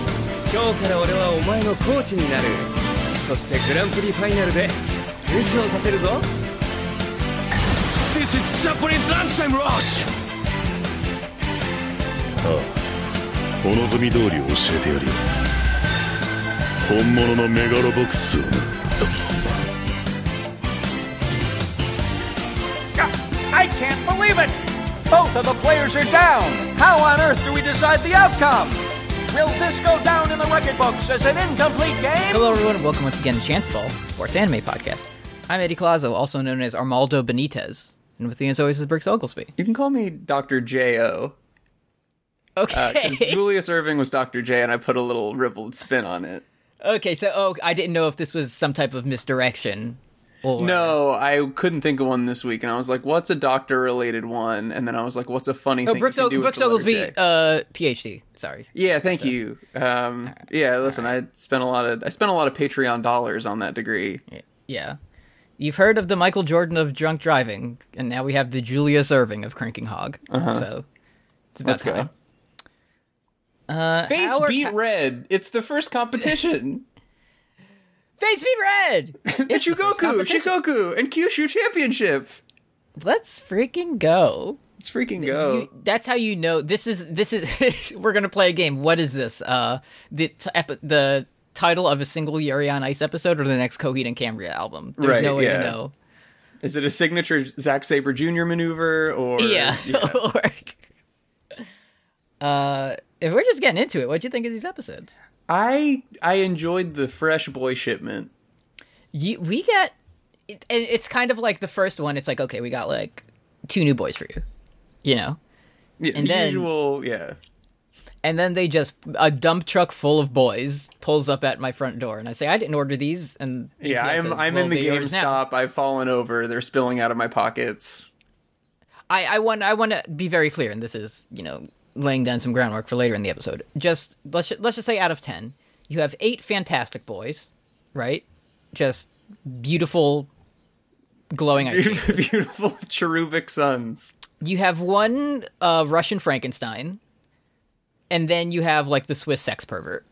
から俺はお前のコーチになるそしてグランプリファイナルで優勝させるぞ This is Japanese lunchtime rush! お望み通り教えてやるよ本物のメガロボックスをな I can't believe it! Both of the players are down! How on earth do we decide the outcome? Will this go down in the record books as an incomplete game? Hello, everyone. Welcome once again to Chance Ball, a sports anime podcast. I'm Eddie Colazo, also known as Armaldo Benitez, and with me as always is Brooks Oglesby. You can call me Dr. J.O. Uh, 'cause Okay. Julius Irving was Dr. J, and I put a little ribald spin on it. okay. So, oh, I didn't know if this was some type of misdirection. Or... No, I couldn't think of one this week, and I was like, what's a doctor related one? And then I was like, what's a funny Oh, thing? Brooks, you can o- do with Brooks the letter Oglesby, J? uh, PhD. Sorry. yeah, thank you. Um, yeah, listen, I spent a lot of I spent a lot of Patreon dollars on that degree. Yeah. You've heard of the Michael Jordan of drunk driving, and now we have the Julius Irving of cranking hog. So it's Uh-huh. about Let's go. time. Uh, Face our- beat red. It's the first competition. Face be red. it's Chugoku, competition. Shikoku, and Kyushu Championship. Let's freaking go. Let's freaking go. You- that's how you know this is this is we're gonna play a game. What is this? Uh, the t- epi- the title of a single Yuri on Ice episode or the next Coheed and Cambria album? There's Right, no way yeah. to know. Is it a signature Zack Saber Jr. maneuver or Yeah. Or- uh, if we're just getting into it, what do you think of these episodes? I I enjoyed the fresh boy shipment. You, we get it, and it's kind of like the first one. It's like okay, we got like two new boys for you, you know, Yeah, And the then- usual, yeah. and then they just a dump truck full of boys pulls up at my front door, and I say I didn't order these, and Yeah, UPS I'm says, I'm "Well, in the they're yours now." GameStop. I've fallen over. They're spilling out of my pockets. I, I want I want to be very clear, and this is you know laying down some groundwork for later in the episode. Just let's ju- let's just say out of ten, you have eight fantastic boys, right? Just beautiful, glowing ice. cream. Beautiful cherubic sons. you have one uh, Russian Frankenstein, and then you have like the Swiss sex pervert.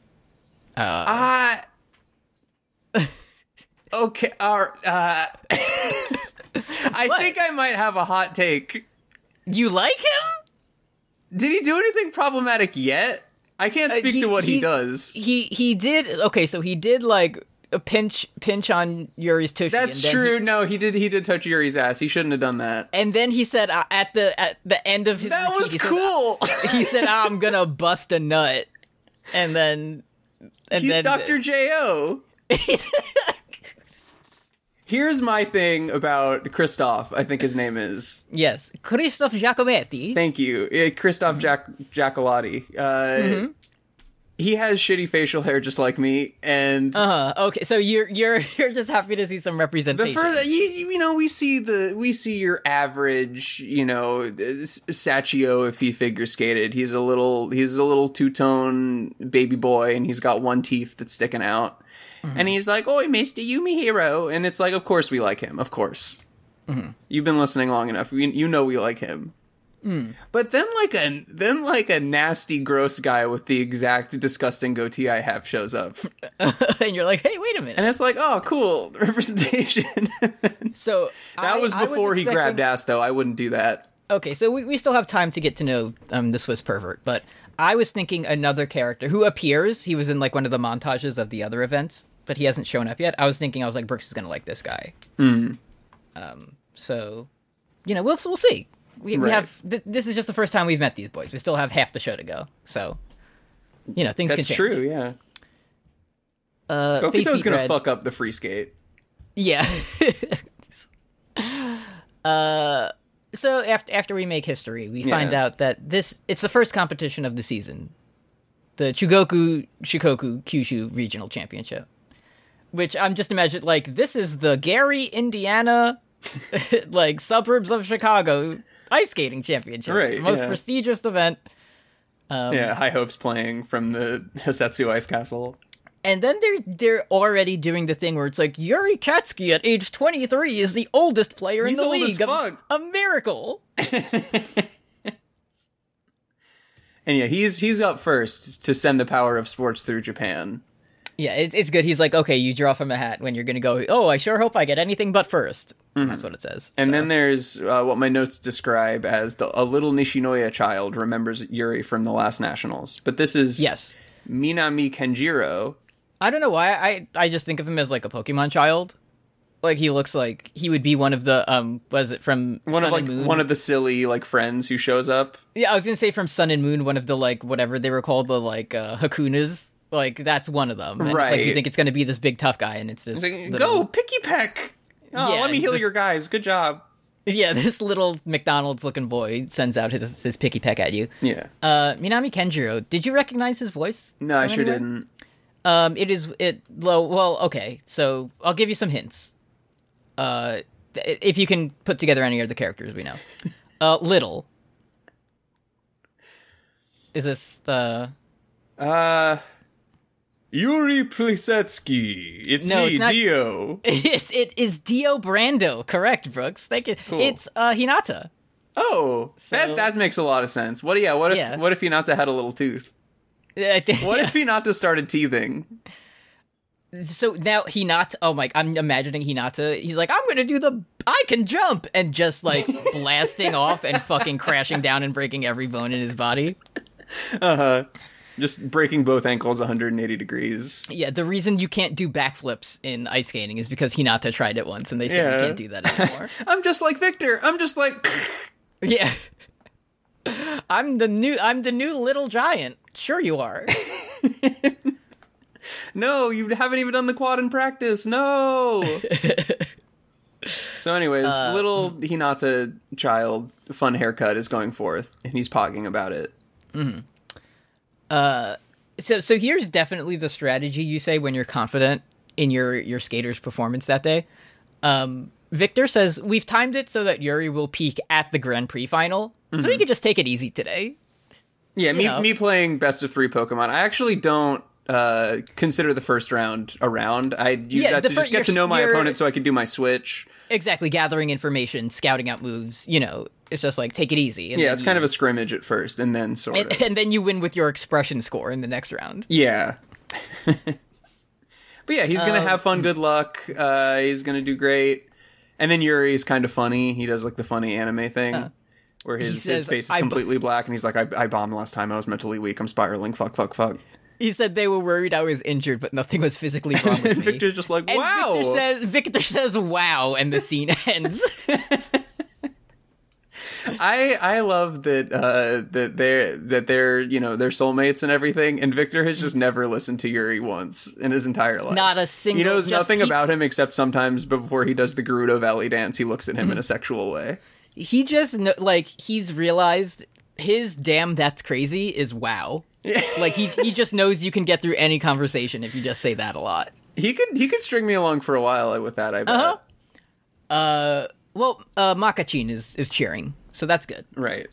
Ah. okay. Uh, uh, I What? think I might have a hot take. You like him? Did he do anything problematic yet? I can't speak to what he does. Uh, He he did okay. So he did like a pinch pinch on Yuri's tushy. That's and then he- true. no, he did. He did touch Yuri's ass. He shouldn't have done that. and then he said uh, at the at the end of his That routine, was he said, uh, cool. he said "Ah, i'm gonna bust a nut and then and He's then Doctor Jo. Here's my thing about Christoph. I think his name is. yes christoph giacometti Thank you, Eh, Christoph Jack Jackalotti. Uh, He has shitty facial hair, just like me, and. uh okay so you're you're you're just happy to see some the representation first, you, you know, we see the we see your average, you know, S- Sachio if he figure skated. He's a little he's a little two tone baby boy, and he's got one teeth that's sticking out. And he's like, "Oi, Mister, you me hero," and it's like, "Of course we like him. Of course, you've been listening long enough. You, you know we like him." But then, like a then like a nasty, gross guy with the exact disgusting goatee I have shows up, and you're like hey wait a minute and it's like, "Oh, cool representation." so That was before he grabbed ass, though. I wouldn't do that. okay so we, we still have time to get to know um the swiss pervert but i was thinking another character who appears he was in like one of the montages of the other events but he hasn't shown up yet i was thinking i was like brooks is gonna like this guy um Hmm. so you know, we'll we'll see. We, we Right. have th- this is just the first time we've met these boys. We still have half the show to go, so you know things That's can change. true. Yeah. Uh, Gokito was Facebook gonna Red- fuck up the free skate. Yeah. uh, so after after we make history, we find Yeah. out that this it's the first competition of the season, the Chugoku Shikoku Kyushu Regional Championship, which I'm just imagining like this is the Gary Indiana, like suburbs of Chicago ice skating championship, Right, the most yeah. prestigious event. Um, yeah. High hopes playing from the Hisetsu Ice Castle. And then they're they're already doing the thing where it's like Yuri Katsky at age 23 is the oldest player He's in the old as league. A- fuck. a miracle. And yeah, he's he's up first to send the power of sports through Japan. Yeah, it's it's good. He's like, okay, you draw from a hat when you're gonna go. Oh, I sure hope I get anything but 1st That's what it says. Mm-hmm. And So- then there's uh, what my notes describe as the, a little Nishinoya child remembers Yuri from the last nationals. But this is yes, Minami Kenjiro. I don't know why I I just think of him as like a Pokemon child. Like he looks like he would be one of the um was it from One Sun of like and Moon? one of the silly like friends who shows up. yeah I was gonna say from Sun and Moon one of the like whatever they were called the like uh, Hakunas like that's one of them and it's like you Right. think it's gonna be this big tough guy and it's this He's like, little- Go picky peck. Oh, Yeah, let me heal this- your guys. Good job. yeah this little McDonald's looking boy sends out his his picky peck at you Yeah. uh Minami Kenjiro did you recognize his voice No, I from sure anywhere? didn't. Um, it is it low. Well, okay. So I'll give you some hints. Uh, th- if you can put together any of the characters we know. Uh, little. Is this uh? Uh, Yuri Plisetsky. It's No, me, it's not- Dio. It's it is Dio Brando. Correct, Brooks. Thank you. It's uh Hinata. Oh, So- that that makes a lot of sense. What? Yeah. What if Yeah. What if Hinata had a little tooth? I think- What if Hinata started teething? so now Hinata. Oh my! I'm imagining Hinata. He's like, I'm gonna do the. I can jump and just like blasting off and fucking crashing down and breaking every bone in his body. Just breaking both ankles 180 degrees. Yeah, the reason you can't do backflips in ice skating is because Hinata tried it once and they said Yeah. you can't do that anymore. I'm just like Victor. I'm just like. yeah. I'm the new I'm the new little giant. Sure you are. No, you haven't even done the quad in practice. No. so, anyways, Uh, little Hinata child fun haircut is going forth, and he's pogging about it. so so here's definitely the strategy you say when you're confident in your your skater's performance that day. Um Victor says we've timed it so that Yuri will peak at the Grand Prix final. So Mm-hmm. we could just take it easy today. Yeah, me, know. me playing best of three Pokemon. I actually don't uh consider the first round a round. I use Yeah, that the to fir- just your- get to know my your- opponent so I can do my switch. Exactly, gathering information, scouting out moves, you know, it's just like take it easy. And Yeah, then it's you- kind of a scrimmage at first and then sort of. and, and then you win with your expression score in the next round. Yeah. but yeah, he's gonna Um, have fun. Good luck. Uh, he's gonna do great. And then Yuri's kind of funny. He does like the funny anime thing, where his, says, his face is "I b- completely black, and he's like, I, "I bombed last time. I was mentally weak. I'm spiraling. Fuck, fuck, fuck." He said they were worried I was injured, but nothing was physically wrong with And me. Victor's just like, And "Wow." Victor says, Victor says, wow, and the scene ends. I I love that uh, that they're that they're you know they're soulmates and everything. And Victor has just never listened to Yuri once in his entire life. Not a single- He knows just nothing keep- about him except sometimes before he does the Gerudo Valley dance, he looks at Mm-hmm. him in a sexual way. he just, kn- like, he's realized his damn that's crazy is wow. like, he, he just knows you can get through any conversation if you just say that a lot. He could he could string me along for a while with that. I bet. Uh-huh. Well, uh, Makachin is, is cheering, so that's good. Right.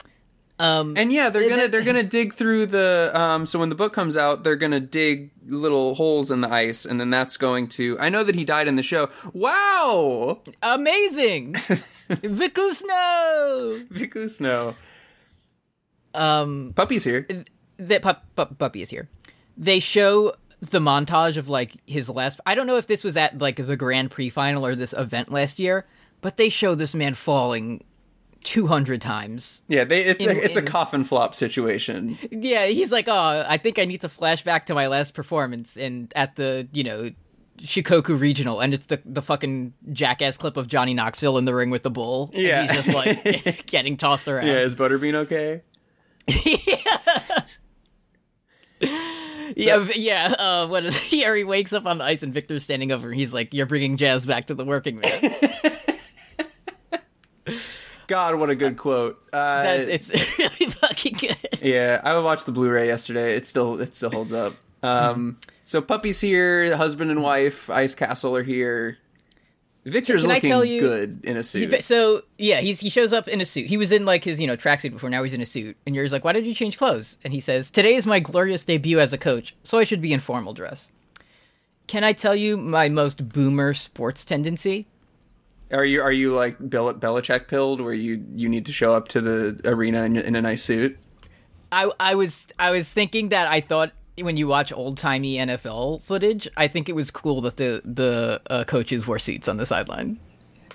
Um, and yeah, they're gonna the- they're gonna dig through the um, so when the book comes out, they're gonna dig little holes in the ice, and then that's going to. I know that he died in the show. Wow, Amazing! Vikusno! Viku Snow, Um, puppies here. that pup, pup, puppy is here. They show the montage of like his last. I don't know if this was at like the Grand Prix final or this event last year, but they show this man falling two hundred times. Yeah, they, it's In- a it's a in- coffin flop situation. Yeah, he's like, oh, I think I need to flash back to my last performance and at the you know. Shikoku Regional, and it's the the fucking jackass clip of Johnny Knoxville in the ring with the bull. and Yeah. he's just like getting tossed around. Yeah, is Butterbean okay? Yeah, v- yeah. Uh, when Harry wakes up on the ice and Victor's standing over, he's like, "You're bringing jazz back to the working man." God, what a good quote. Uh, That, it's really fucking good. Yeah, I watched the Blu-ray yesterday. It still it still holds up. Um, so puppies here, husband and wife, Ice Castle are here. Victor's Can I looking tell you- good in a suit. So yeah, he's he shows up in a suit. He was in like his you know tracksuit before. Now he's in a suit, and you're like, "Why did you change clothes?" And he says, "Today is my glorious debut as a coach, so I should be in formal dress." Can I tell you my most boomer sports tendency? Are you are you like Bel- Belichick pilled, where you you need to show up to the arena in, in a nice suit? I I was I was thinking that I thought when you watch old timey NFL footage, I think it was cool that the the uh, coaches wore suits on the sideline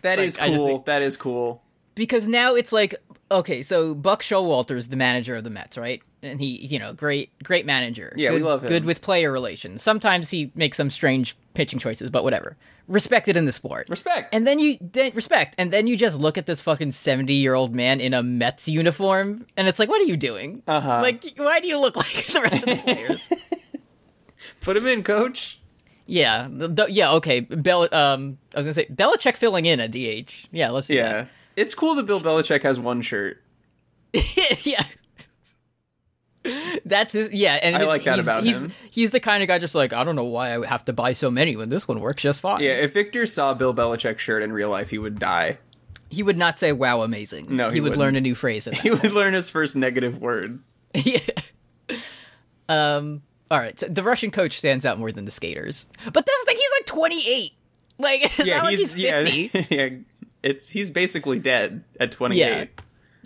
That is I just cool. think- that is cool. because now it's like okay, so Buck Showalter is the manager of the Mets, right? And he, you know, great great manager. Yeah, we Good- love him. Good with player relations. Sometimes he makes some strange pitching choices, but whatever. Respected in the sport. Respect. And then you then respect, and then you just look at this fucking seventy-year-old man in a Mets uniform, and it's like, what are you doing? Uh-huh. Like, why do you look like the rest of the players? Put him in, coach. yeah, the- the- yeah, okay. Bel, um, I was gonna say Belichick filling in a DH. Yeah, let's do Yeah. It's cool that Bill Belichick has one shirt. that. yeah. That's his, yeah, and I his- like that he's, about he's, him. He's the kind of guy just like I don't know why I would have to buy so many when this one works just fine. Yeah, if Victor saw Bill Belichick's shirt in real life, he would die. he would not say "Wow, amazing." No, he would wouldn't. learn a new phrase. in that. He would learn his first negative word. yeah. Um. All right. So the Russian coach stands out more than the skaters, but that's the thing. He's like 28. Like, it's not like he's 50. yeah, yeah. It's he's basically dead at 28. Yeah.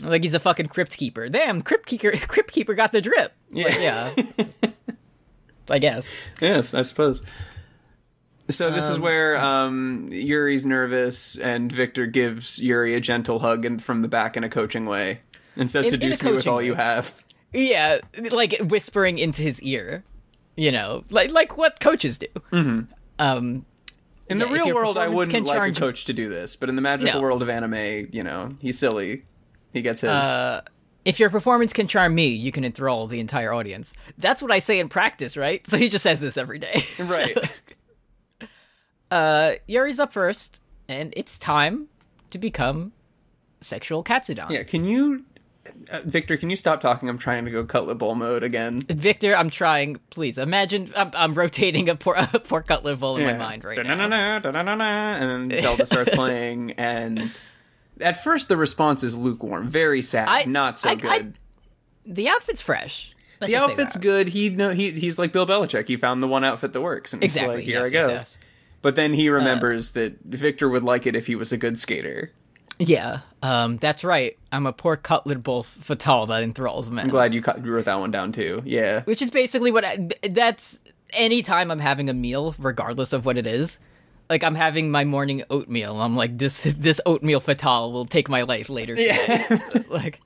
Like he's a fucking crypt keeper. Damn, crypt keeper. Crypt keeper got the drip. Like, yeah. I guess. Yes, I suppose. So this is where um, Yuri's nervous, and Victor gives Yuri a gentle hug and from the back in a coaching way, and says, In- in a "Seduce me with coaching all way. you have." Yeah, like whispering into his ear. You know, like like what coaches do. Mm-hmm. Um. In Yeah, the if real your world, I performance wouldn't can like charge- a coach to do this, but in the magical No. world of anime, you know, he's silly. He gets his. Uh, If your performance can charm me, you can enthrall the entire audience. That's what I say in practice, right? So he just says this every day. right. Yuri's up first, and it's time to become sexual Katsudon. yeah, can you. Uh, Victor, can you stop talking? I'm trying to go cutlet bowl mode again. Victor, I'm trying. Please imagine I'm, I'm rotating a poor, a poor cutlet bowl in my mind right now. Da-na-na-na, da-na-na-na, and then Zelda starts playing, and at first the response is lukewarm, very sad, I- not so I- I- good. The outfit's fresh. Let's the just say outfit's that. good. He no, he he's like Bill Belichick. He found the one outfit that works, and Exactly. he's like, "Here yes, I go." yes, Uh, But then he remembers that Victor would like it if he was a good skater. yes. Yeah. Um. That's right. I'm a poor cutlet bowl fatal that enthralls men. I'm glad you, cut, you wrote that one down too. Yeah, Which is basically what I, th- that's anytime I'm having a meal, regardless of what it is. Like I'm having my morning oatmeal. I'm like this this oatmeal fatal will take my life later. Yeah. like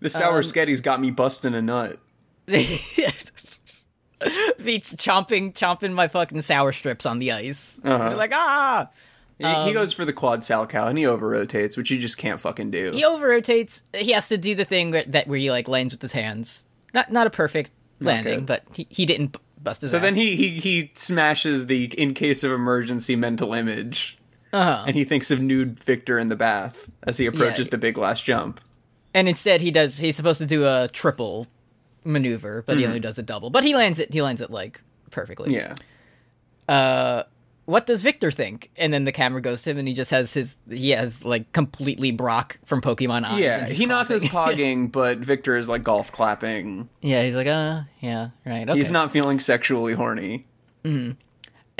the sour Um, sketty's got me busting a nut. be chomping chomping my fucking sour strips on the ice. Uh-huh. You're Like ah, He, he goes for the quad sal cow and he over rotates, which you just can't fucking do. he over rotates. He has to do the thing where, that where he like lands with his hands. Not not a perfect landing, good. but he, he didn't b- bust his. So then he, he he smashes the in case of emergency mental image, and he thinks of nude Victor in the bath as he approaches Uh-huh. Yeah. the big last jump. and instead he does. He's supposed to do a triple maneuver, but he only does a double. But he lands it. He lands it like perfectly. Mm-hmm. Yeah, What does Victor think? And then the camera goes to him, and he just has his. He has like completely Brock from Pokemon eyes. yeah. and he's He nods his coughing. pogging, but Victor is like golf clapping. Yeah, he's like, uh, yeah, right. Okay. He's not feeling sexually horny.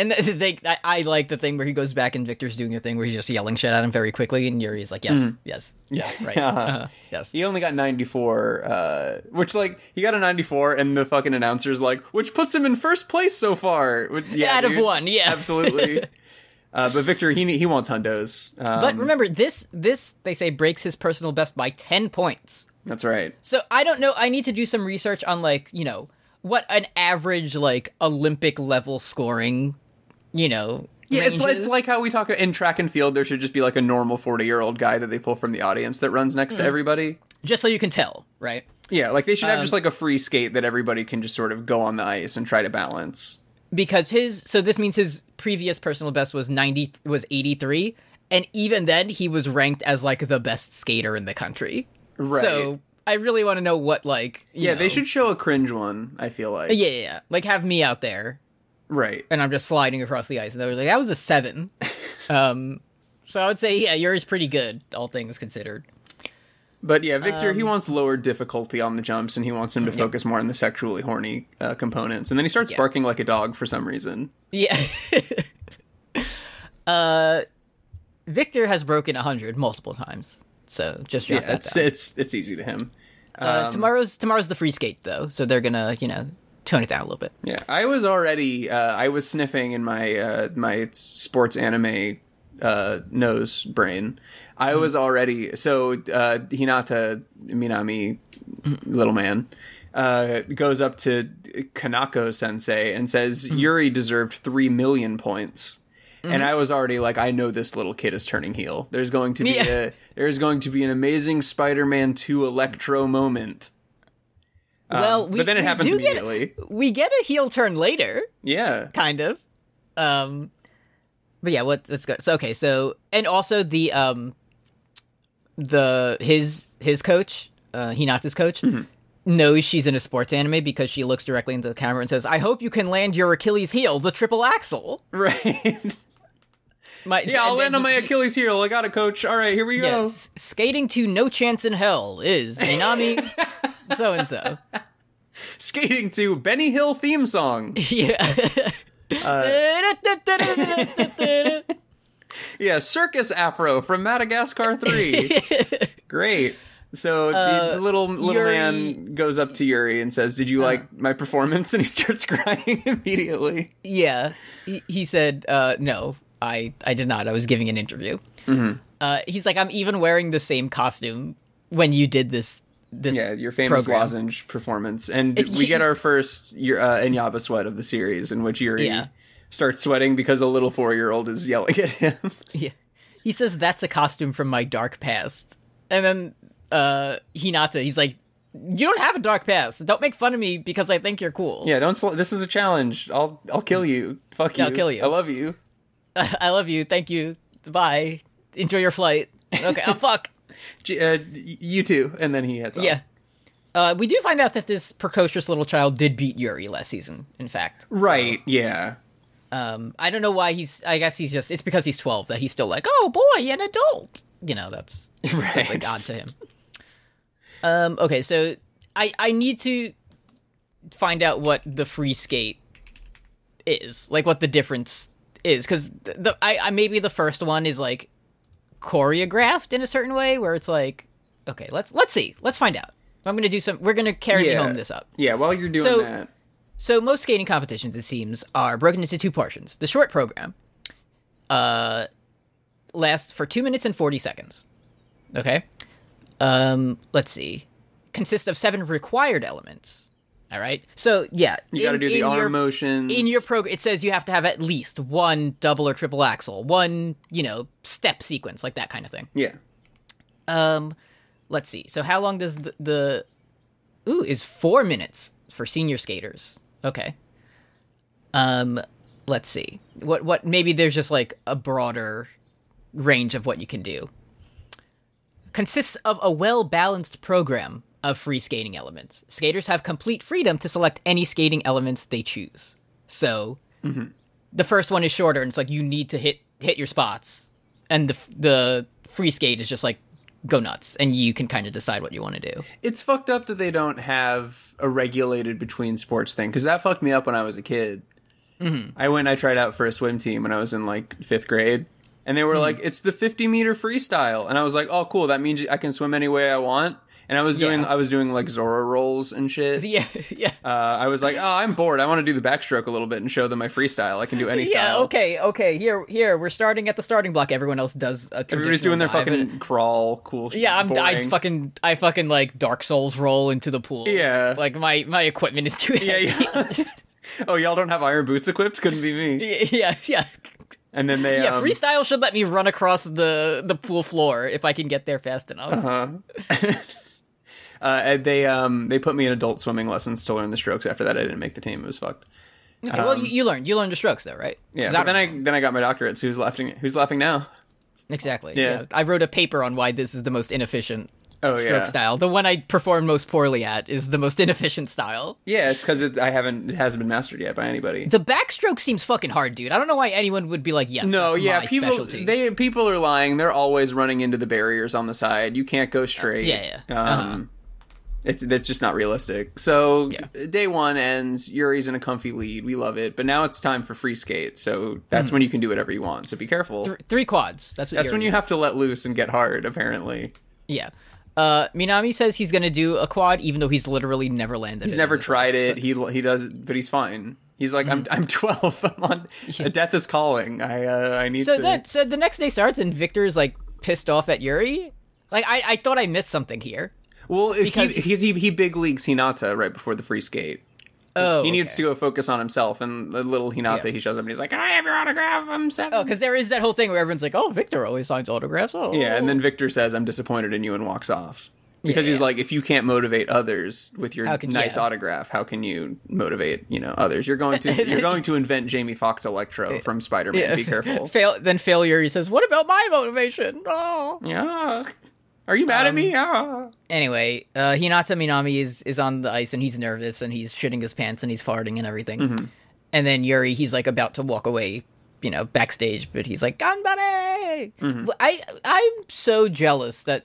And th- th- they, I, I like the thing where he goes back and Victor's doing the thing where he's just yelling shit at him very quickly, and Yuri's like, Mm-hmm. "Yes, yes, yeah, right, uh-huh, yes." He only got 94, uh, which, like, he got a 94, and the fucking announcer's like, which puts him in first place so far. Which- Yeah, Out of dude, one, yeah. Absolutely. uh, but Victor, he he wants hundos. Um, But remember, this this they say breaks his personal best by ten points. that's right. So I don't know. I need to do some research on like you know what an average like Olympic level scoring, you know. Yeah, it's, range it's is. like how we talk in track and field. There should just be like a normal 40 year old guy that they pull from the audience that runs next to Hmm. everybody. just so you can tell, right? Yeah, like they should Um, have just like a free skate that everybody can just sort of go on the ice and try to balance. because his so this means his previous personal best was 90 was 83 and even then he was ranked as like the best skater in the country Right. so i really want to know what like you Yeah, they know- should show a cringe one, I feel like. Uh, yeah, yeah yeah like have me out there Right. and i'm just sliding across the ice and they was like that was a seven um so i would say yeah yours pretty good all things considered But yeah, Victor, he wants lower difficulty on the jumps and he wants him to focus more on the sexually horny uh, components. And then he starts barking like a dog for some reason. yeah uh victor has broken 100 multiple times so just jot Yeah, that it's, down. it's, it's easy to him. um, Uh, tomorrow's tomorrow's the free skate though, so they're gonna you know tone it down a little bit. Yeah, I was already uh, I was sniffing in my uh, my sports anime uh, nose brain. I Mm-hmm. was already so uh, Hinata Minami, Mm-hmm. little man, uh, goes up to Kanako Sensei and says Mm-hmm. Yuri deserved three million points. And I was already like, I know this little kid is turning heel. There's going to be Yeah. a, there's going to be an amazing Spider-Man 2 Electro moment. Um, well, we, but then it we happens do get- immediately. we get a heel turn later, Yeah. kind of. Um, but yeah, what, what's good? So okay, so and also the um, the his his coach, uh, Hinata's coach, Mm-hmm. knows she's in a sports anime because she looks directly into the camera and says, "I hope you can land your Achilles heel, the triple axel." Right. My, Yeah, I'll and land then on my he- Achilles heel. I got a coach. All right, here we yeah, go. s- skating to no chance in hell is Minami, so and so. Skating to Benny Hill theme song. Yeah. Uh, yeah, Circus Afro from Madagascar 3. Great. So the, the little little Uh, Yuri- Uh. man goes up to Yuri and says, "Did you like my performance?" And he starts crying immediately. Yeah, he, he said, uh, "No, I I did not. I was giving an interview." Mm-hmm. Uh, he's like, "I'm even wearing the same costume when you did this." This Yeah, your famous program." lozenge performance, and It's- we get our first Yu- uh, Inyaba sweat of the series, in which Yuri Yeah. starts sweating because a little four-year-old is yelling at him. Yeah. He says that's a costume from my dark past, and then uh, Hinata, he's like, "You don't have a dark past. Don't make fun of me because I think you're cool. Yeah, don't. Sl- this is a challenge. I'll I'll kill you. Fuck you. I'll kill you. I love you. I love you. Thank you. Bye. Enjoy your flight. Okay. oh, fuck. G- uh, y- you too. And then he heads off. Yeah. Uh, we do find out that this precocious little child did beat Yuri last season. In fact, Right. Yeah. Um, I don't know why he's. I guess he's just. It's because he's twelve that he's still like, oh boy, an adult. You know, that's Right. like odd to him. Um. Okay, so I I need to find out what the free skate is, like what the difference is, because the, the I, I maybe the first one is like choreographed in a certain way where it's like, okay, let's let's see, let's find out. I'm gonna do some. We're gonna carry me Yeah. home this up. Yeah. While you're doing So- that, So most skating competitions, it seems, are broken into two portions. The short program uh, lasts for two minutes and forty seconds. Okay. Um, let's see. Consists of seven required elements. All right. So yeah, you got to in- do the in arm your- motions in your program it says you have to have at least one double or triple axle, one you know step sequence, like that kind of thing. Yeah. Um, let's see. So how long does the, the ooh is four minutes for senior skaters? Okay. Um, let's see. What what maybe there's just like a broader range of what you can do. Consists of a well balanced program of free skating elements. Skaters have complete freedom to select any skating elements they choose. So the first one is shorter, and it's like you need to hit hit your spots, and the f- the free skate is just like go nuts, and you can kind of decide what you want to do. It's fucked up that they don't have a regulated between sports thing because that fucked me up when I was a kid. Mm-hmm. I went. I tried out for a swim team when I was in like fifth grade, and they were Mm-hmm. like, "It's the 50 meter freestyle," and I was like, "Oh, cool. That means I can swim any way I want." And I was doing. Yeah. I was doing like Zora rolls and shit. Yeah, yeah. Uh, I was like, oh, I'm bored. I want to do the backstroke a little bit and show them my freestyle. I can do any Yeah, style. okay, okay. Here, here, we're starting at the starting block. Everyone else does a Everybody's doing their traditional dive, fucking and- crawl, cool. shit, Yeah, I'm. I boring. fucking. I fucking like Dark Souls roll into the pool. Yeah. Like my my equipment is too. Yeah, yeah. oh, y'all don't have iron boots equipped? Couldn't be me. yeah, yeah, yeah. And then they. Yeah, um, freestyle should let me run across the the pool floor if I can get there fast enough. Uh-huh. uh, and they um they put me in adult swimming lessons to learn the strokes. After that, I didn't make the team. It was fucked. Okay, well, you, you learned. You learned the strokes, though, right? Um, Yeah, 'Cause but then I don't know. then I got my doctorate. So who's laughing? Who's laughing now? exactly. Yeah. Yeah. I wrote a paper on why this is the most inefficient Oh stroke yeah, style. The one I performed most poorly at is the most inefficient style. yeah. It's because it, I haven't it hasn't been mastered yet by anybody. The backstroke seems fucking hard, dude. I don't know why anyone would be like, yes, no, that's yeah, my people specialty. they people are lying. They're always running into the barriers on the side. You can't go straight. Uh, yeah, yeah. Uh-huh. Um, it's that's just not realistic. So day one ends. Yuri's in a comfy lead. We love it, but now it's time for free skate. So Mm-hmm. that's when you can do whatever you want. So be careful. Th- Three quads. That's what that's when yours you is. have to let loose and get hard. Apparently, Yeah. Uh, Minami says he's going to do a quad, even though he's literally never landed. He's never tried it. He he does, but he's fine. He's like, Mm-hmm. I'm I'm 12. I'm on. A death is calling. I uh, I need So to. then, so the next day starts, and Victor's like pissed off at Yuri. Like I, I thought I missed something here. well, if because- he, he's, he he big leagues Hinata right before the free skate. Oh, he needs okay. to go focus on himself, and the little Hinata Yes. he shows up and he's like, "Can I have your autograph? I'm seven. Oh, because there is that whole thing where everyone's like, "Oh, Victor always signs autographs." Oh, Yeah, and then Victor says, "I'm disappointed in you," and walks off because he's Yeah. like, "If you can't motivate others with your How can- nice yeah. autograph, how can you motivate you know others? You're going to you're going to invent Jamie Foxx Electro from Spider Man. Be careful." Fail. Then failure. He says, "What about my motivation?" Oh. yeah, are you mad at me? Um, Yeah. Anyway, uh, Hinata Minami is is on the ice and he's nervous and he's shitting his pants and he's farting and everything. Mm-hmm. And then Yuri, he's like about to walk away, you know, backstage, but he's like, "Ganbare!" Mm-hmm. Well, I I'm so jealous that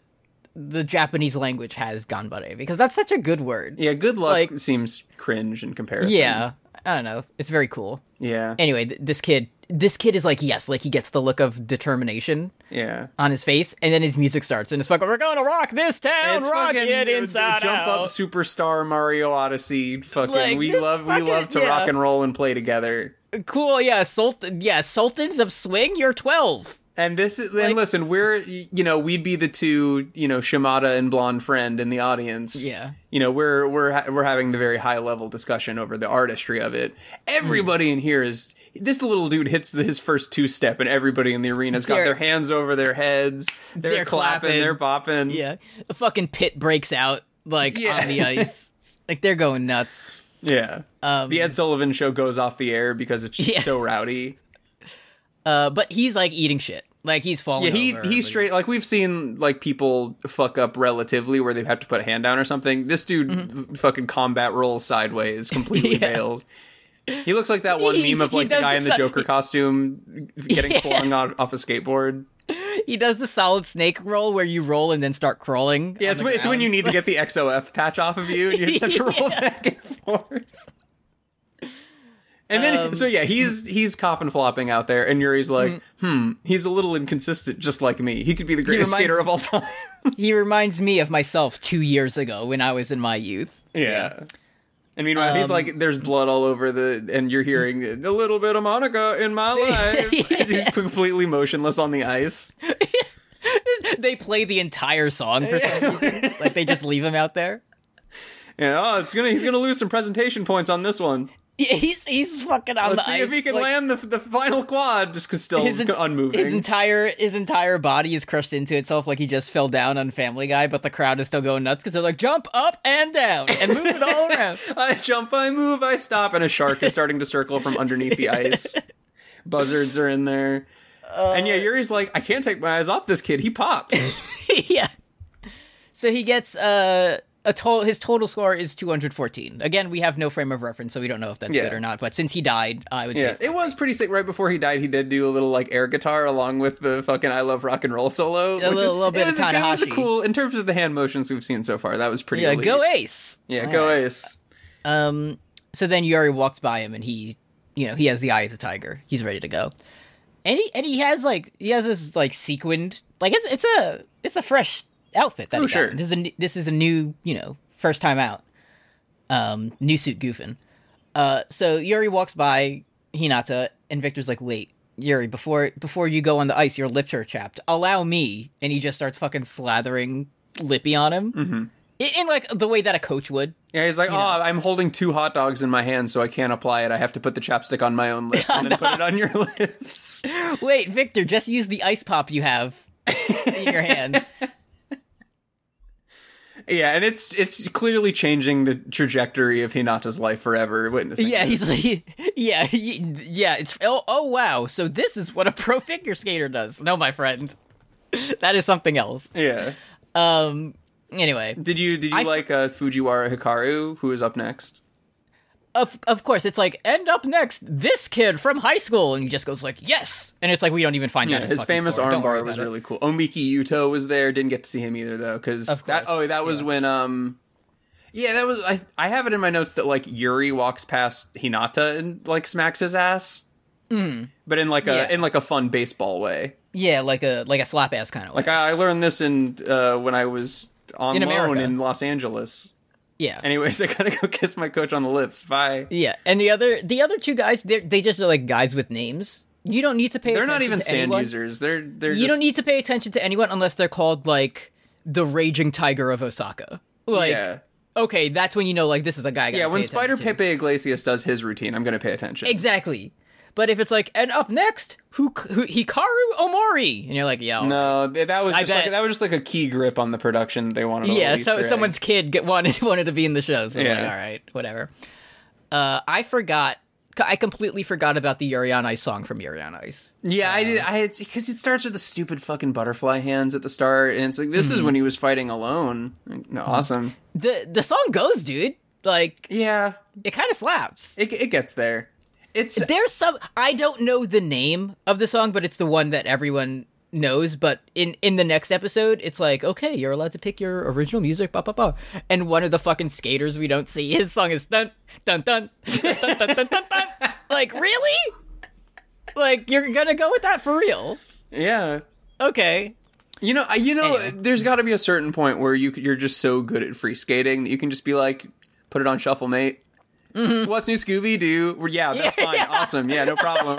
the Japanese language has "ganbare" because that's such a good word. Yeah, good luck Like- seems cringe in comparison. Yeah, I don't know. It's very cool. yeah, Anyway, th- this kid, this kid is like, yes, like he gets the look of determination yeah. on his face, and then his music starts, and it's like, we're gonna rock this town, It's rock fucking it uh, inside jump out. up superstar Mario Odyssey. Fucking, Like, we this love fucking- we love to yeah. rock and roll and play together. Cool, yeah, Sult, yeah, Sultans of Swing. You're twelve. And this is, and listen, we're, you know, we'd be the two, you know, Shimada and blonde friend in the audience. Yeah. You know, we're, we're, ha- we're having the very high level discussion over the artistry of it. Everybody Hmm. in here is, this little dude hits the, his first two step and everybody in the arena's got They're- their hands over their heads. They're, They're clapping, clapping. they're bopping. Yeah, a fucking pit breaks out like Yeah. on the ice. like they're going nuts. Um, Yeah. the Ed Sullivan show goes off the air because it's just Yeah. so rowdy. Uh, but he's like eating shit. Like he's falling. Yeah, he over, he like- straight like we've seen like people fuck up relatively where they have to put a hand down or something. This dude fucking combat rolls sideways, completely Yeah. bails. He looks like that one He- meme of he like the does guy the in the si- Joker costume getting flung off, off a skateboard. He does the solid snake roll where you roll and then start crawling. Yeah, it's when, it's when you need to get the XOF patch off of you, and you just have to roll back and forth. And then, so yeah, he's he's coffin flopping out there, and Yuri's like, hmm, he's a little inconsistent, just like me. He could be the greatest reminds- skater of all time. He reminds me of myself two years ago when I was in my youth. Yeah. And meanwhile, he's Um, like, there's blood all over the, and you're hearing a little bit of Monica in my life. He's completely motionless on the ice. They play the entire song for some reason. like they just leave him out there. And oh, it's gonna, he's gonna lose some presentation points on this one. Yeah, he's he's fucking on Let's the see if ice, he can like, land the, the final quad, just cause still His, en- unmoving. his entire his entire body is crushed into itself like he just fell down on Family Guy, but the crowd is still going nuts because they're like jump up and down and move it all around. I jump, I move, I stop, and a shark is starting to circle from underneath the ice. Buzzards are in there. Uh, and yeah, Yuri's like, I can't take my eyes off this kid. He pops. yeah. So he gets uh, a total. His total score is 214. Again, we have no frame of reference, so we don't know if that's Yeah. good or not. But since he died, I would say yeah, it's- it was pretty sick. Right before he died, he did do a little like air guitar along with the fucking "I Love Rock and Roll" solo. which is- little- little bit it of was a- It was a Tanahashi. cool in terms of the hand motions we've seen so far. That was pretty. yeah, elite. go Ace. Yeah, go ace. Um, so then Yuri walks by him, and he, you know, he has the eye of the tiger. He's ready to go, and he and he has like he has this like sequined like it's it's a it's a fresh outfit that Oh, he got. sure. This is a n- this is a new you know first time out, um, new suit goofing. Uh, so Yuri walks by Hinata, and Victor's like, wait. Yuri, before before you go on the ice, your lips are chapped. Allow me, and he just starts fucking slathering lippy on him, mm-hmm. in, in like the way that a coach would. Yeah, he's like, oh, I'm holding two hot dogs in my hand, so I can't apply it. I have to put the chapstick on my own lips and then put it on your lips. Wait, Victor, just use the ice pop you have in your hand. Yeah, and it's it's clearly changing the trajectory of Hinata's life forever. Witnessing, yeah, this. he's like, yeah, he- yeah. It's oh, oh wow. So this is what a pro figure skater does. No, my friend, that is something else. yeah. Um. Anyway, Did you did you I- like uh, Fujiwara Hikaru, who is up next? of of course, it's like, and up next, this kid from high school, and he just goes like, yes, and it's like we don't even find Yeah, out his, his fucking famous score. Don't worry armbar about was it. really cool. Omiki Yuto was there. Didn't get to see him either though, because Of that course, oh that was when um yeah that was I I have it in my notes that like Yuri walks past Hinata and like smacks his ass, but in like a Hmm. Yeah. in like a fun baseball way. yeah, like a like a slap ass kind of Like I, I learned this in uh, when I was on In loan America. in Los Angeles. Yeah. Anyways, I gotta go kiss my coach on the lips. Bye. yeah. And the other the other two guys, they they just are like guys with names. You don't need to pay They're attention not even to stand anyone. users. They're they're just, You don't need to pay attention to anyone unless they're called like the raging tiger of Osaka. Like yeah okay, that's when you know like this is a guy I gotta yeah. pay When attention Spider to. Pepe Iglesias does his routine, I'm gonna pay attention. Exactly. But if it's like, and up next, who, who Hikaru Omori, and you're like, yeah, all right. No, th- that was I just like, bet. that was just like a key grip on the production that they wanted. a yeah. little So Easter egg. someone's kid get wanted wanted to be in the show. So I'm like, Yeah. all right, whatever. Uh, I forgot. I completely forgot about the Yuri on Ice song from Yuri on Ice. yeah, I did. I because it starts with the stupid fucking butterfly hands at the start, and it's like this is when he was fighting alone. Like, no, awesome. The the song goes, dude. Like Yeah, it kind of slaps. it it gets there. It's There's some I don't know the name of the song, but it's the one that everyone knows. But in in the next episode, it's like, okay, you're allowed to pick your original music, blah blah blah. And one of the fucking skaters we don't see, his song is dun dun dun dun dun dun dun dun. dun. Like really? Like you're gonna go with that for real? yeah. Okay. You know, I- you know, Anyway. there's got to be a certain point where you c- you're just so good at free skating that you can just be like, put it on shuffle, mate. What's new, Scooby Doo? Well, Mm-hmm. yeah, that's Yeah, fine, yeah. awesome, yeah, no problem.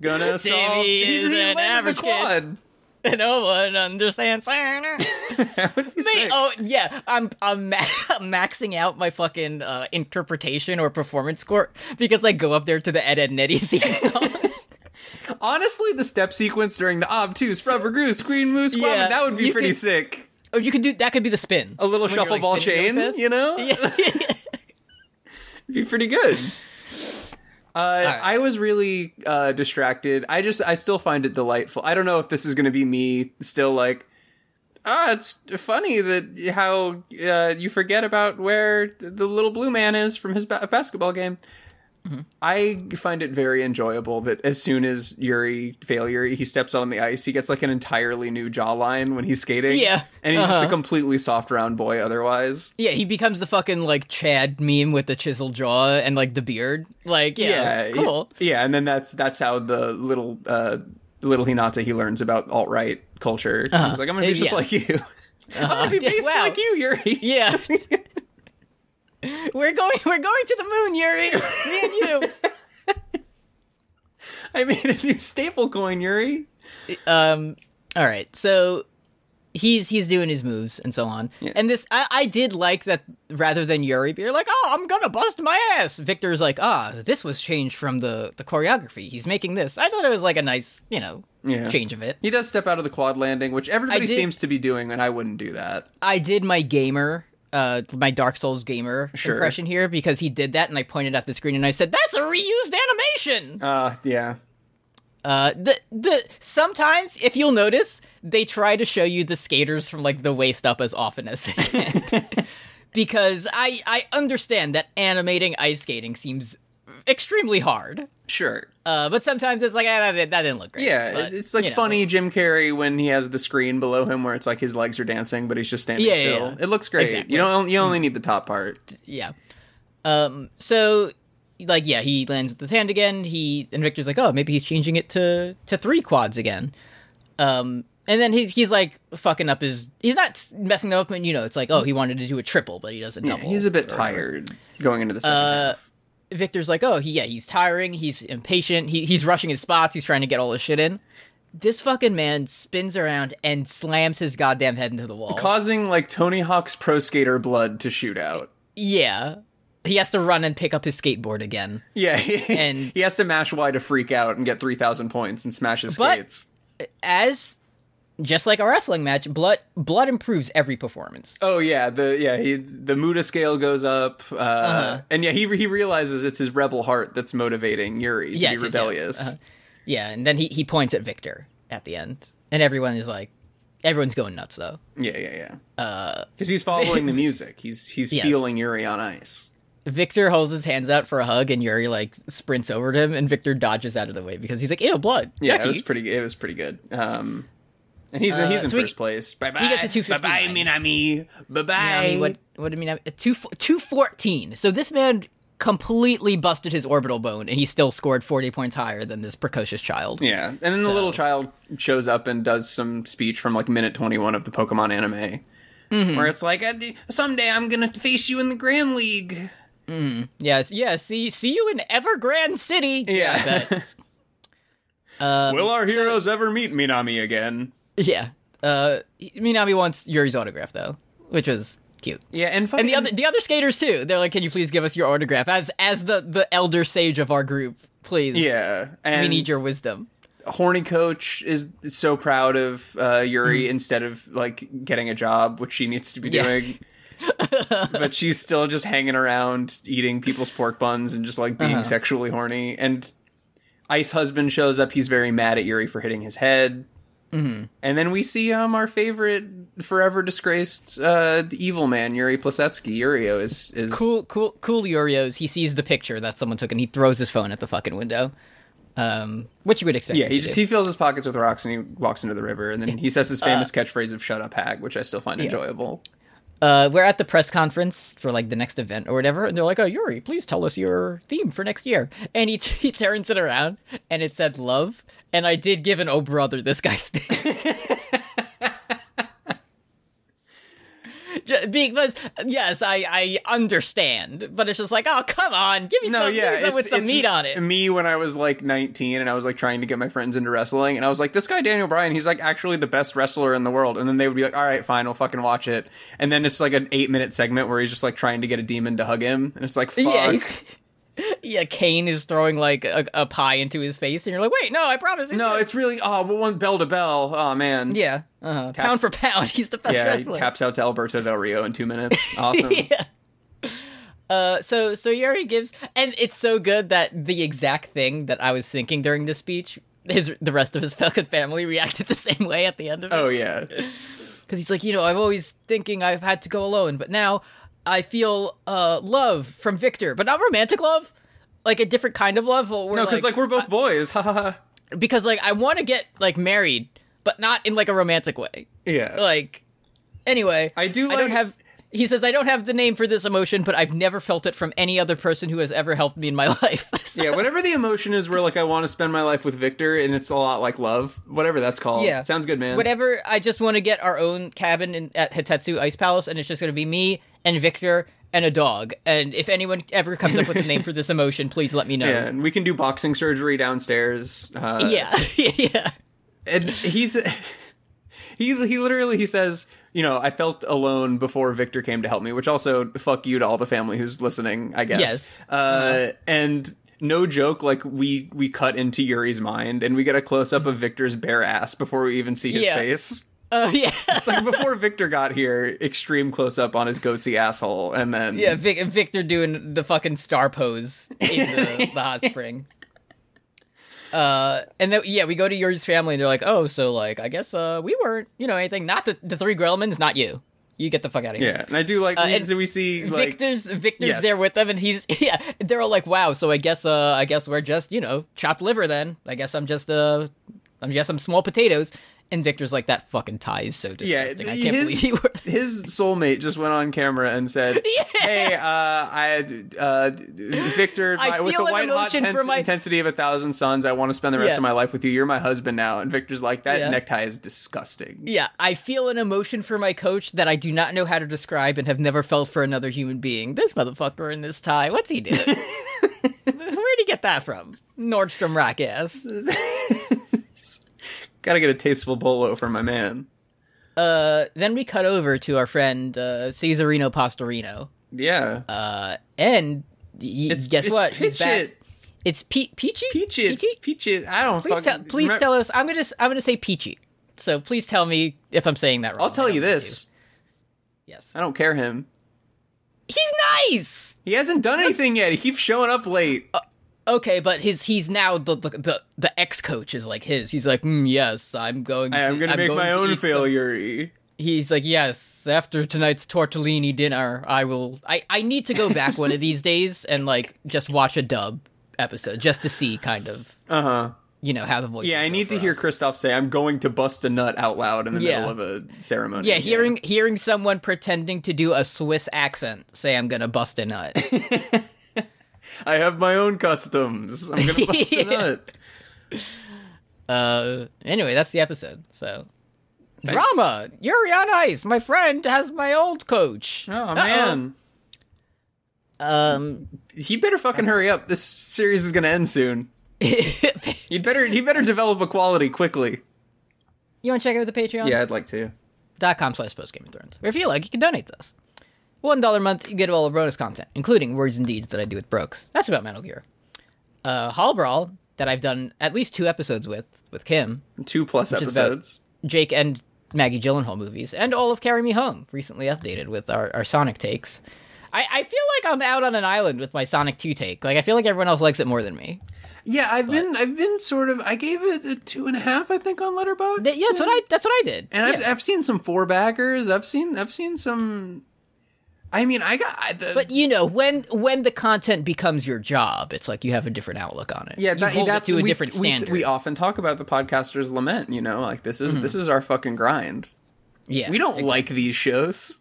Gonna solve. Davey He's- is he an landed the average kid. quad. No one understands. They, That would be sick. oh yeah, I'm I'm ma- maxing out my fucking uh, interpretation or performance score because I go up there to the Ed Ed Netty theme song. Honestly, the step sequence during the obtuse, rubber goose, green moose, squabble, Yeah, that would be you pretty could- sick. Oh, you could do that. Could be the spin. A little When you're, shuffle like, ball spinning chain, your fist. you know? Yeah. be pretty good. Uh, I was really uh, distracted. I just, I still find it delightful. I don't know if this is going to be me still like, ah, it's funny that how uh, you forget about where th- the little blue man is from his ba- basketball game. I find it very enjoyable that as soon as Yuri failure, he steps out on the ice, he gets like an entirely new jawline when he's skating. Yeah. and he's just a completely soft round boy otherwise. yeah, he becomes the fucking like Chad meme with the chiseled jaw and like the beard. Like, yeah, yeah, cool. Yeah, and then that's that's how the little uh little Hinata he learns about alt right culture. He's like, I'm gonna be Uh, just yeah. Uh-huh. like you. I'm gonna be Yeah, based wow. like you, Yuri. Yeah. we're going. We're going to the moon, Yuri. Me and you. I made a new staple coin, Yuri. um all right so he's he's doing his moves and so on and this I, I did like that rather than yuri being like oh i'm gonna bust my ass victor's like ah this was changed from the the choreography he's making this i thought it was like a nice you know Yeah. change of it He does step out of the quad landing, which everybody did- seems to be doing, and I wouldn't do that. i did my gamer uh, my Dark Souls gamer Sure. impression here because he did that, and I pointed at the screen and I said, "That's a reused animation." Uh yeah. Uh, the the sometimes if you'll notice they try to show you the skaters from like the waist up as often as they can because I I understand that animating ice skating seems extremely hard. Sure. Uh, but sometimes it's like ah, that, that didn't look great. yeah, But, it's like you know. funny Jim Carrey when he has the screen below him where it's like his legs are dancing, but he's just standing Yeah, yeah, still. yeah. It looks great. Exactly. Hmm. You don't. You only need the top part. Yeah. Um. So, like, yeah, he lands with his hand again. He and Victor's like, oh, maybe he's changing it to to three quads again. Um. And then he's he's like fucking up his. He's not messing them up, and you know, it's like, oh, he wanted to do a triple, but he does a Yeah, double. Uh, he's a bit tired going into the second half. Victor's like, oh, he, yeah, he's tiring. He's impatient. He, he's rushing his spots. He's trying to get all his shit in. This fucking man spins around and slams his goddamn head into the wall. Causing like Tony Hawk's pro skater blood to shoot out. yeah. He has to run and pick up his skateboard again. Yeah, And- and he has to mash Y to freak out and get three thousand points and smash his But- skates. As just like a wrestling match, blood blood improves every performance. Oh yeah, the yeah he, the Muda scale goes up, uh, Uh-huh. and yeah he he realizes it's his rebel heart that's motivating Yuri to Yes, yes, be yes. rebellious. Uh-huh. Yeah, and then he, he points at Victor at the end. And everyone is like everyone's going nuts though. Yeah, yeah, yeah. Because he's following the music. He's he's Uh, Yes. feeling Yuri on ice. Victor holds his hands out for a hug, and Yuri like sprints over to him, and Victor dodges out of the way because he's like, "Ew, blood!" Yeah, Yucky." it was pretty. It was pretty good. Um, and he's he's in Uh, so we- first place. Bye bye. gets a 259. Bye bye, Minami. Bye Yeah, bye. I mean, what what do you mean? I- Two two fourteen. So this man completely busted his orbital bone, and he still scored forty points higher than this precocious child. Yeah, and then the little child shows up and does some speech from like minute twenty-one of the Pokemon anime, Mm-hmm. where it's like "I d- someday I'm gonna face you in the Grand League. Yes, yeah. See, see you in Evergrande City. I bet. Uh, Will our heroes ever meet Minami again? Yeah. Uh, Minami wants Yuri's autograph though, which was cute. Yeah, and fucking, And the other the other skaters too. They're like, "Can you please give us your autograph as as the the elder sage of our group, please? yeah, and we need your wisdom." horny coach is so proud of uh, Yuri instead of like getting a job, which she needs to be Mm. Yeah. doing. but she's still just hanging around eating people's pork buns and just like being Uh-huh. sexually horny. And Ice Husband shows up. He's very mad at Yuri for hitting his head. Mm-hmm. And then we see um our favorite forever disgraced uh the evil man Yuri Plasetsky. Yurio is is Cool, cool, cool. Yurios. He sees the picture that someone took and he throws his phone at the fucking window. Um, what you would expect. Yeah, him he to just do. he fills his pockets with rocks and he walks into the river and then he says his famous catchphrase of "Shut up, hag," which I still find enjoyable. uh, we're at the press conference for like the next event or whatever, and they're like, "Oh, Yuri, please tell us your theme for next year." And he he turns it around, and it said love. And I did give an oh brother this guy's name. Ju- Because yes, I I understand, but it's just like, oh come on, give me No, some, give me yeah, something it's, with some it's meat on it. Me when I was like 19 and I was like trying to get my friends into wrestling and I was like, this guy Daniel Bryan, he's like actually the best wrestler in the world. And then they would be like, all right, fine, we'll fucking watch it. And then it's like an eight minute segment where he's just like trying to get a demon to hug him, and it's like, fuck. Yeah, he's- yeah. Kane is throwing like a, a pie into his face, and you're like, wait, no, I promise. he's no, not." it's really oh, but one bell to bell. Oh man, yeah, uh-huh. pound for pound, he's the best yeah. He wrestler. taps out to Alberto Del Rio in two minutes. Awesome. Uh, so so Yuri gives, and it's so good that the exact thing that I was thinking during this speech, his the rest of his fucking family reacted the same way at the end of it. Oh yeah. because he's like, you know, I'm always thinking I've had to go alone, but now I feel uh love from Victor, but not romantic love, like a different kind of love. Where No, because like, we're both boys. Ha ha ha. because like I want to get like married, but not in like a romantic way. Yeah. Like anyway, I do I don't like- have. He says, "I don't have the name for this emotion, but I've never felt it from any other person who has ever helped me in my life." So- yeah, whatever the emotion is where like I want to spend my life with Victor and it's a lot like love, whatever that's called. Yeah. Oh, Sounds good, man. Whatever. I just want to get our own cabin in, at Hitetsu Ice Palace, and it's just going to be me and Victor and a dog. And if anyone ever comes up with a name for this emotion, please let me know. Yeah, and we can do boxing surgery downstairs. Uh, Yeah, yeah. and he's he he literally he says, you know, I felt alone before Victor came to help me, which also fuck you to all the family who's listening, I guess. Yes. Uh-huh. Uh, and no joke, like we we cut into Yuri's mind and we get a close up of Victor's bare ass before we even see his Yeah. face. Oh yeah, It's like before Victor got here, extreme close up on his goatsy asshole, and then yeah. Vic- Victor doing the fucking star pose in the, the hot spring. Uh, and then yeah, we go to Yuri's family, and they're like, "Oh, so like, I guess uh, we weren't, you know, anything. Not the the three Grellmans, not you. You get the fuck out of here." yeah. And I do like we, Uh, and so we see like Victor's Victor's Yes. there with them, and he's yeah. They're all like, "Wow." So I guess uh, I guess we're just you know chopped liver then. I guess I'm just uh, I'm just some small potatoes. And Victor's like, "That fucking tie is so yeah, disgusting. I can't his, believe you were." his soulmate just went on camera and said, "Hey, uh, I uh, Victor, I my- with the feel an white hot emotion for tens- my- intensity of a thousand suns, I want to spend the rest Yeah. of my life with you. You're my husband now." And Victor's like, "That Yeah. necktie is disgusting." Yeah, I feel an emotion for my coach that I do not know how to describe and have never felt for another human being. This motherfucker in this tie, what's he doing? Where'd he get that from? Nordstrom rack ass. Gotta get a tasteful bolo for my man. Uh, Then we cut over to our friend uh, Cesarino Pastorino, Yeah, and y- Uh, guess it's what? Pitch He's back. it, It's Pe- Peachy. peach it, Peachy? peach it. I don't. Please fucking, tell. Please remember- tell us. I'm gonna. s- I'm gonna say Peachy. So please tell me if I'm saying that wrong. I'll tell I you don't mean this. to. Yes. I don't care him. He's nice. He hasn't done anything yet. He keeps showing up late. Uh, Okay, but his he's now the the the, the ex coach is like his. He's like, mm, yes, I'm going. I'm to, gonna make going my to own eat some-" failure. He's like, yes. After tonight's tortellini dinner, I will. I I need to go back one of these days and like just watch a dub episode just to see kind of Uh huh. you know how the voice. Yeah, I need to hear Christoph say, "I'm going to bust a nut" out loud in the Yeah. middle of a ceremony. Yeah, hearing hearing someone pretending to do a Swiss accent say I'm gonna bust a nut. I have my own customs. I'm gonna bust Yeah. a nut. uh, anyway, that's the episode. So Drama. Yuri on Ice. My friend has my old coach. Oh man, Um, he better fucking hurry up. This series is gonna end soon. He better he better develop a quality quickly. you want to check out the Patreon? Yeah, I'd like to. dot com slash post Game of Thrones. Or if you like, you can donate to us. One dollar a month, you get all the bonus content, including words and deeds that I do with Brooks. That's about Metal Gear. Uh, Hall Brawl that I've done at least two episodes with with Kim, Two plus is about- episodes. Jake, and Maggie Gyllenhaal movies, and all of Carry Me Home, recently updated with our, our Sonic takes. I, I feel like I'm out on an island with my Sonic 2 take. Like I feel like everyone else likes it more than me. Yeah, I've been I've been sort of I gave it a two and a half I think on Letterboxd. Th- yeah, that's what I that's what I did. and I've Yeah. I've seen some four backers. I've seen I've seen some. I mean, I got I, the, But you know, when when the content becomes your job, it's like you have a different outlook on it. yeah, you that, hold that's it to a we, different we- standard. Hmm. We, often talk about the podcaster's lament. You know, like this is this is our fucking grind. yeah, We don't like these shows.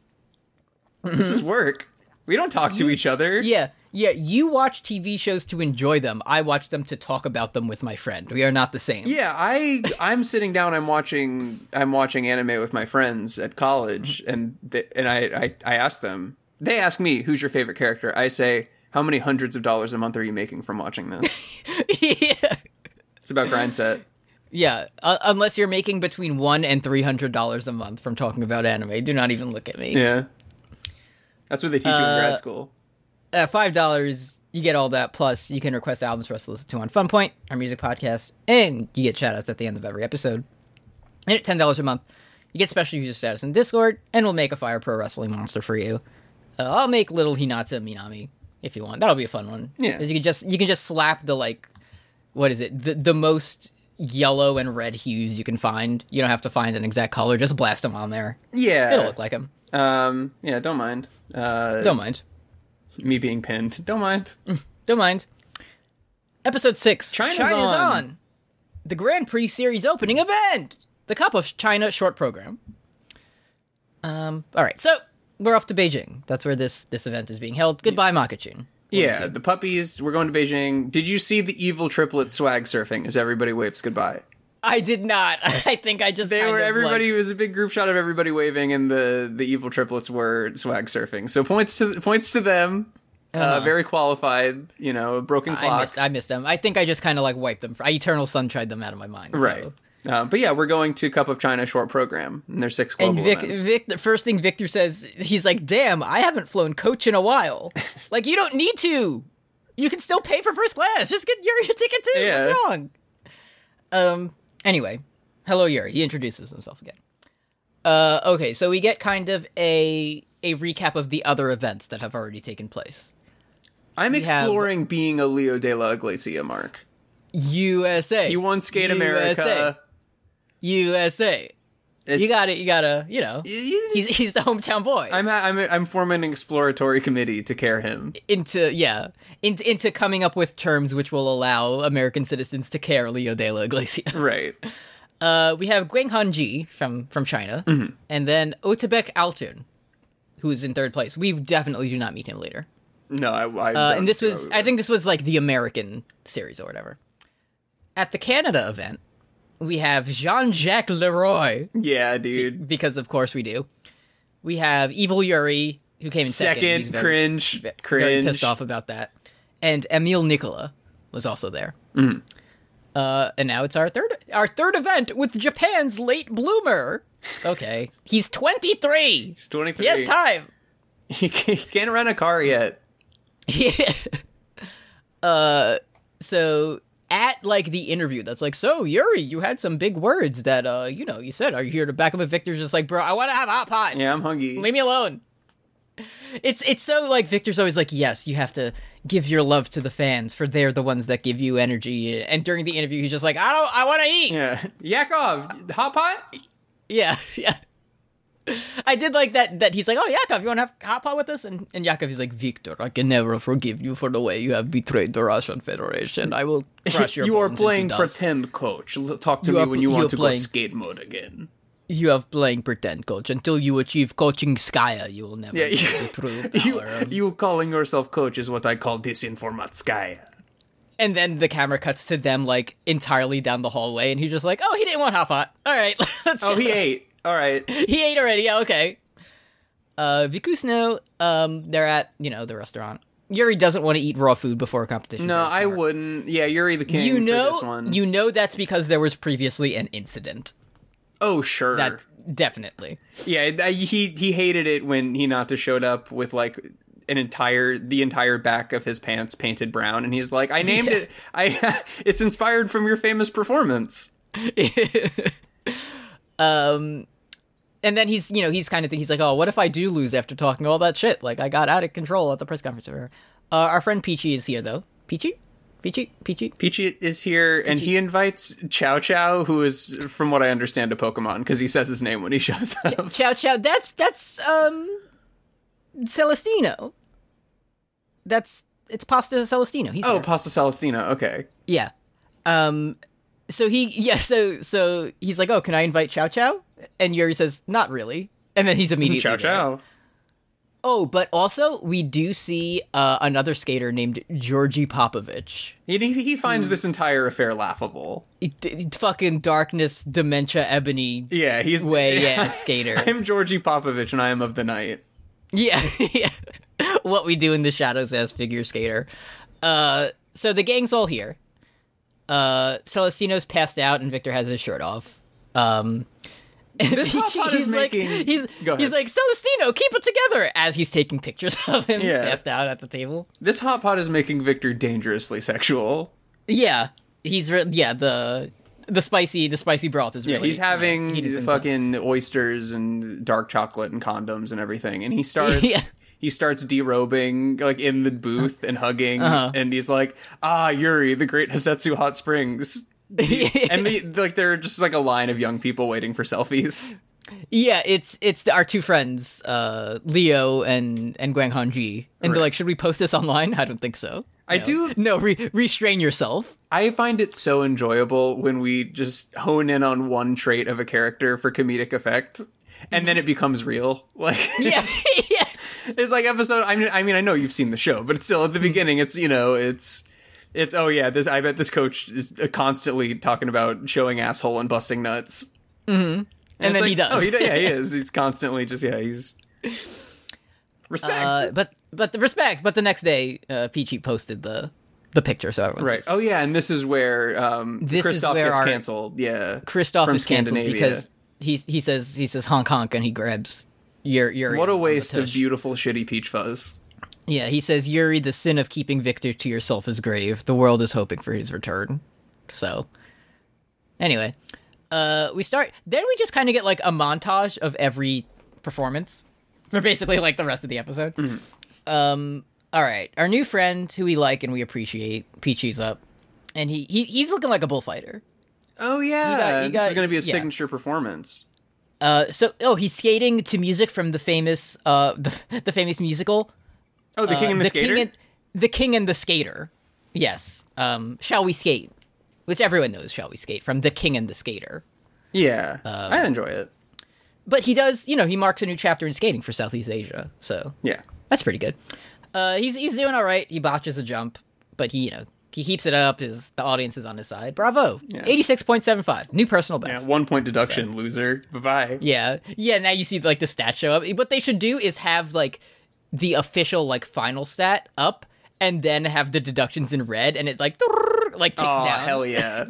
This is work. We don't talk to each other. Mm-hmm. Yeah, yeah. You watch TV shows to enjoy them. I watch them to talk about them with my friend. We are not the same. Yeah, I I'm sitting down. I'm watching I'm watching anime with my friends at Mm-hmm. college, and th- and I, I I ask them. They ask me, "Who's your favorite character?" I say, "How many hundreds of dollars a month are you making from watching this?" yeah. It's about grind set. Yeah, uh, unless you're making between one and three hundred dollars a month from talking about anime, do not even look at me. Yeah, that's what they teach you in Uh, grad school. At Uh, five dollars, you get all that. Plus, you can request albums for us to listen to on Funpoint, our music podcast, and you get shoutouts at the end of every episode. And at ten dollars a month, you get special user status in Discord, and we'll make a Fire Pro Wrestling monster for you. Uh, I'll make little Hinata Minami if you want. That'll be a fun one. Yeah. 'Cause you can just you can just slap the like, what is it? The the most yellow and red hues you can find. You don't have to find an exact color. Just blast them on there. Yeah, It'll look like them. Um, yeah, don't mind. Uh, Don't mind. me being pinned. Don't mind. Don't mind. Episode six. China's China's on. on. The Grand Prix Series opening event. The Cup of China short program. Um. All right. So we're off to Beijing. That's where this this event is being held. Goodbye, Makachin. Yeah, the puppies. We're going to Beijing. Did you see the evil triplet swag surfing as everybody waves goodbye? I did not. I think I just They kind were of, everybody. like- it was a big group shot of everybody waving, and the the evil triplets were swag surfing. So points to points to them. uh very qualified. You know, a broken Uh-huh. I clock. missed. I missed them. I think I just kind of like wiped them. I Eternal Sun tried them out of my mind. so. right. Uh, but yeah, we're going to Cup of China short program, and there's six global And Vic, events. Vic, the first thing Victor says, he's like, "Damn, I haven't flown coach in a while. like, you don't need to. You can still pay for first class. Just get Yuri a ticket too. Yeah. What's wrong?" Um. Anyway, hello Yuri. He introduces himself again. Uh. Okay. So we get kind of a a recap of the other events that have already taken place. I'm have- exploring being a Leo de la Iglesia. Mark, USA. you won Skate USA. America. USA. It's- You got it. You gotta. You know. He's he's the hometown boy. I'm, I'm I'm forming an exploratory committee to care him. into yeah into into coming up with terms which will allow American citizens to care Leo de la Iglesia. Right. Uh, we have Guang Hanji from from China, and then Otabek Altun, who is in third place. We definitely do not meet him later. No, I. I Uh, don't and this know. was I think this was like the American series or whatever. At the Canada event, we have Jean Jacques Leroy Yeah, dude. because of course we do. We have Evil Yuri who came in second. He's Second, very- cringe, cringe. very pissed off about that. And Emil Nicola was also there. Uh, and now it's our third our third event with Japan's late bloomer. Okay, he's 23. He's 23. He has time. he can't rent a car yet. uh, so at like the interview, that's like, so Yuri, you had some big words that uh, you know, you said, are you here to back up a Victor's just like, bro, I want to have hot pot. Yeah, I'm hungry. Leave me alone. It's it's so like Victor's always like, yes, you have to give your love to the fans, for they're the ones that give you energy. And during the interview, he's just like, I don't, I want to eat. yeah, Yakov, hot pot. Yeah, yeah. I did like that. That he's like, oh Yakov, you want to have hot pot with us? And and Yakov is like, Victor, I can never forgive you for the way you have betrayed the Russian Federation. I will crush your. you are bones into playing dust." pretend coach. L- Talk to You me are when pl- you you want are to go playing- skate mode again. You have playing pretend, coach. Until you achieve coaching Skya, you will never Yeah, know you- the true You, power of you calling yourself coach is what I call disinformatskaya. And then the camera cuts to them like entirely down the hallway, and he's just like, "Oh, he didn't want hot pot. All right, let's." Oh, go." he ate. All right. he ate already. Yeah, okay. Uh, Vikusno, um, they're at you know the restaurant. Yuri doesn't want to eat raw food before a competition. No, very I smart. wouldn't. Yeah, Yuri the King. You for this know, one. you know that's because there was previously an incident. Oh, sure. That definitely. Yeah, I- he he hated it when Hinata showed up with like an entire the entire back of his pants painted brown, and he's like, "I named Yeah. it. I it's inspired from your famous performance." um and then he's you know he's kind of thinking he's like oh what if i do lose after talking all that shit like i got out of control at the press conference or whatever." uh, our friend peachy is here though peachy peachy peachy Peachy is here, and he invites Chow Chow, who is, from what I understand, a Pokemon because he says his name when he shows up. chow chow that's that's um celestino that's it's pasta celestino he's oh, here. Pasta Celestina. Okay. yeah um so he yeah so so he's like oh can i invite chow chow and yuri says not really and then he's immediately Chow there. Chow. Oh, but also we do see uh, another skater named Georgi Popovich. He, he Hmm. finds this entire affair laughable. It, it- fucking darkness, dementia, ebony Yeah, he's way, yeah, skater. I'm Georgie Popovich, and I am of the night. yeah, yeah. What we do in the shadows as figure skater. Uh, so the gang's all here. Uh, Celestino's passed out, and Victor has his shirt off. Um, This hot pot is like, making- he's Go ahead. he's like Celestino, keep it together as he's taking pictures of him Yeah. passed out at the table. This hot pot is making Victor dangerously sexual. Yeah, he's re- yeah the the spicy the spicy broth is Yeah, really he's having heated things up. fucking oysters and dark chocolate and condoms and everything, and he starts. Yeah. He starts derobing, like in the booth and hugging, Uh-huh. and he's like, "Ah, Yuri, the great Hasetsu Hot Springs." and the, like, there are just like a line of young people waiting for selfies. yeah it's it's the, our two friends uh Leo and and Guang Hanji and they're Right. like should we post this online I don't think so I No. do- no re- restrain yourself I find it so enjoyable when we just hone in on one trait of a character for comedic effect, and then it becomes real. Like, Mm-hmm. yeah yeah it's like episode I mean I mean I know you've seen the show, but it's still Hmm. at the beginning it's you know, it's it's oh yeah, this I bet this coach is constantly talking about showing asshole and busting nuts. and, then It's he like, does Oh, he, yeah, he is. He's constantly just yeah, he's respect. uh, but but the respect but the next day uh Peachy posted the the picture so everyone right. sees. Oh yeah, and this is where um This is Christoph where gets our- canceled. Yeah. Christoph from is canceled Scandinavia. because he he says he says honk honk and he grabs your your What a waste of beautiful shitty peach fuzz. Yeah, he says, Yuri, the sin of keeping Victor to yourself is grave. The world is hoping for his return. So, anyway, uh, we start. Then we just kind of get like a montage of every performance for basically like the rest of the episode. Um, all right, our new friend who we like and we appreciate, Peachy's up, and he, he he's looking like a bullfighter. Oh yeah. you this is got- gonna be a yeah. signature performance. Uh, so oh, he's skating to music from the famous uh the, the famous musical Oh, the king and the, skater? King and, Uh, the King and the Skater. Yes. Um, Shall We Skate? Which everyone knows Shall We Skate from The King and the Skater. yeah. Uh, I enjoy it. But he does, you know, he marks a new chapter in skating for Southeast Asia. So Yeah. that's pretty good. Uh, he's, he's doing all right. He botches a jump, but he, you know, he keeps it up. His, the audience is on his side. Bravo. 86.75. New personal best. Yeah, one point deduction, loser. Bye bye. Yeah. Yeah, now you see like the stat show up. What they should do is have like the official like final stat up and then have the deductions in red and it like like ticks Oh down. hell yeah!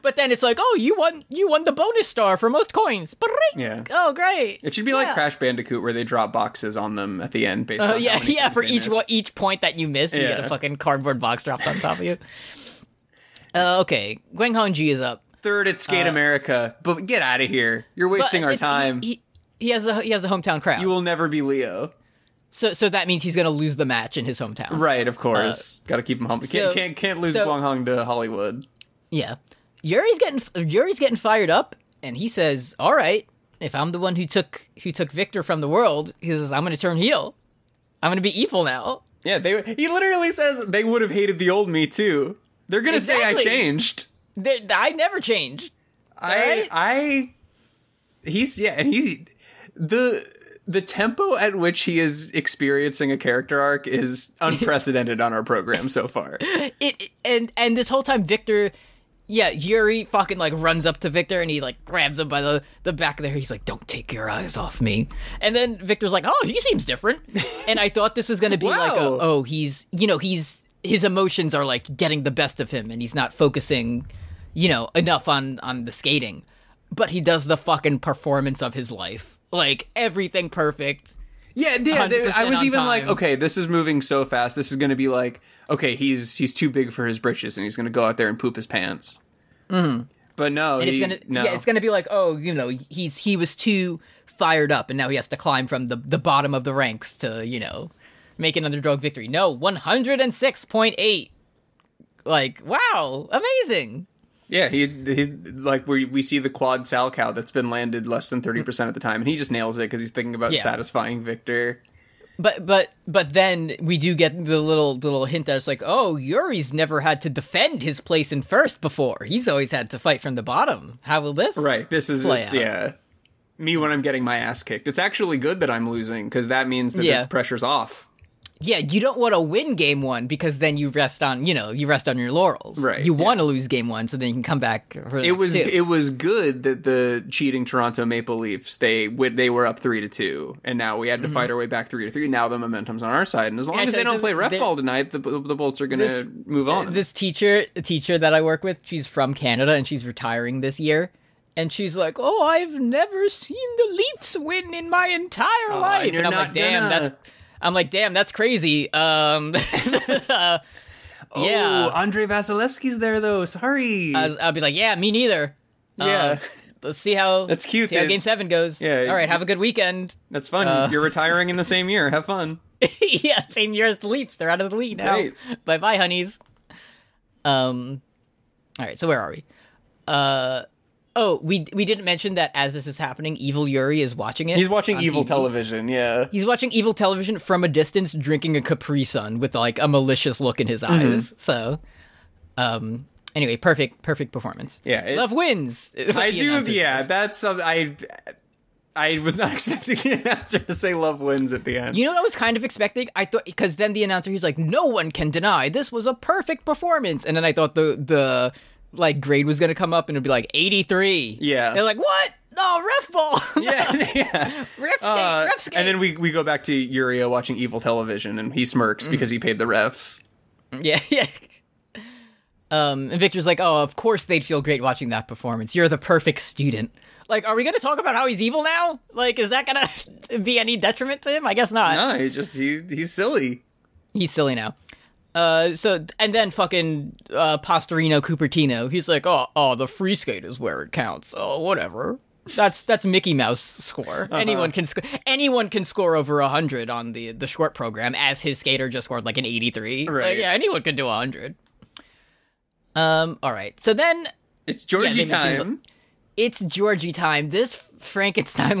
but then it's like, "Oh, you won you won the bonus star for most coins." Yeah. Oh, great. It should be Yeah. like Crash Bandicoot, where they drop boxes on them at the end based on Uh, how yeah, many yeah. times For they each missed. one, each point that you miss, you get a Yeah. fucking cardboard box dropped on top of you. Uh, okay, Gwen Hongji is up. Third at Skate America, but get out of here! You're Uh, But wasting our it's- e-, he- time. He, he has a he has a hometown crowd, you will never be Leo, so so that means he's gonna lose the match in his hometown. right? Of course, got to keep him humble. Uh, so- can't, can't can't lose so- Guang Hong to Hollywood. Yeah. Yuri's getting Yuri's getting fired up and he says, "All right, if I'm the one who took who took Victor from the world, he says I'm going to turn heel. I'm going to be evil now." Yeah, they. He literally says they would have hated the old me too. They're gonna Exactly. say I changed. Th- th- I never changed. Right? I, I, he's yeah, and he, the the tempo at which he is experiencing a character arc is unprecedented on our program so far. It, it- and and this whole time Victor yeah, Yuri fucking like runs up to Victor and he like grabs him by the the back there. He's like, "Don't take your eyes off me." And then Victor's like, "Oh, he seems different." And I thought this was going to be like, a, Wow. "Oh, he's you know he's his emotions are like getting the best of him and he's not focusing, you know, enough on on the skating." But he does the fucking performance of his life, like everything perfect. Yeah, yeah. there- I 100% was on even like, time. okay, this is moving so fast. This is going to be like, okay, he's he's too big for his britches, and he's going to go out there and poop his pants. Mm-hmm. But no, and he, it's gonna no. yeah, it's gonna be like, oh, you know, he's he was too fired up, and now he has to climb from the the bottom of the ranks to you know make an underdog victory. No, one hundred and six point eight. Like wow, amazing. yeah. He, he like we we see the quad sal cow that's been landed less than thirty percent of the time, and he just nails it because he's thinking about Yeah. satisfying Victor. But but but then we do get the little the little hint that it's like, oh, Yuri's never had to defend his place in first before. He's always had to fight from the bottom. How will this? Right. This is play it's, out? yeah. Me when I'm getting my ass kicked. It's actually good that I'm losing because that means that Yeah. the pressure's off. Yeah, you don't want to win game one because then you rest on you know you rest on your laurels. Right, You yeah. want to lose game one so then you can come back. For the It next was two. it was good that the cheating Toronto Maple Leafs they wi- they were up three to two and now we had to fight our way back three to three. Now the momentum's on our side and as long Mm-hmm. Yeah, as they so- don't so play ref they- ball tonight, the the Bolts are gonna This- uh, move on. this teacher a teacher that I work with. She's from Canada and she's retiring this year. And she's like, "Oh, I've never seen the Leafs win in my entire Oh, life." you're And I'm not like, "Damn, gonna." that's." I'm like, "Damn, that's crazy." Um, yeah, Oh, Ooh, Andre Vasilevsky's there though. Sorry. I was- I'll be like, "Yeah, me neither." uh, yeah, Let's see how That's cute, See how they- game seven goes. Yeah. All right. Have a good weekend. that's fun. uh. You're retiring in the same year. Have fun. yeah, same year as the Leafs. They're out of the league now. Right. Bye bye, honeys. Um, all right. So where are we? Uh, oh, we we didn't mention that as this is happening, Evil Yuri is watching it. He's watching on evil TV. television. Yeah. He's watching evil television from a distance, drinking a Capri Sun with like a malicious look in his Mm-hmm. eyes. So, um. Anyway, perfect, perfect performance. Yeah, it- love wins. I do. Yeah, that's some. I I was not expecting the announcer to say "Love wins" at the end. You know what I was kind of expecting? I thought because then the announcer he's like, "No one can deny this was a perfect performance," and then I thought the the like grade was gonna come up and it'd be like eighty three. Yeah. they're like, "What? No ref ball, yeah, yeah. ref skate, Uh, ref skate." and then we we go back to Yuria watching evil television, and he Mm. smirks because he paid the refs. yeah, yeah. Um, and Victor's like, "Oh, of course they'd feel great watching that performance. You're the perfect student." Like, are we gonna talk about how he's evil now? Like, is that gonna be any detriment to him? I guess not. No, Ah, he just he he's silly. He's silly now. Uh, so and then fucking uh, Pastorino Cupertino, he's like, oh, oh, the free skate is where it counts. Oh, whatever. That's that's Mickey Mouse score. Uh-huh. Anyone can sc- anyone can score over hundred on the the short program, as his skater just scored like an eighty three. Right. yeah, anyone can do hundred. Um. All right. So then It's Georgie Yeah, they mentioned time. it's Georgie time. This Frankenstein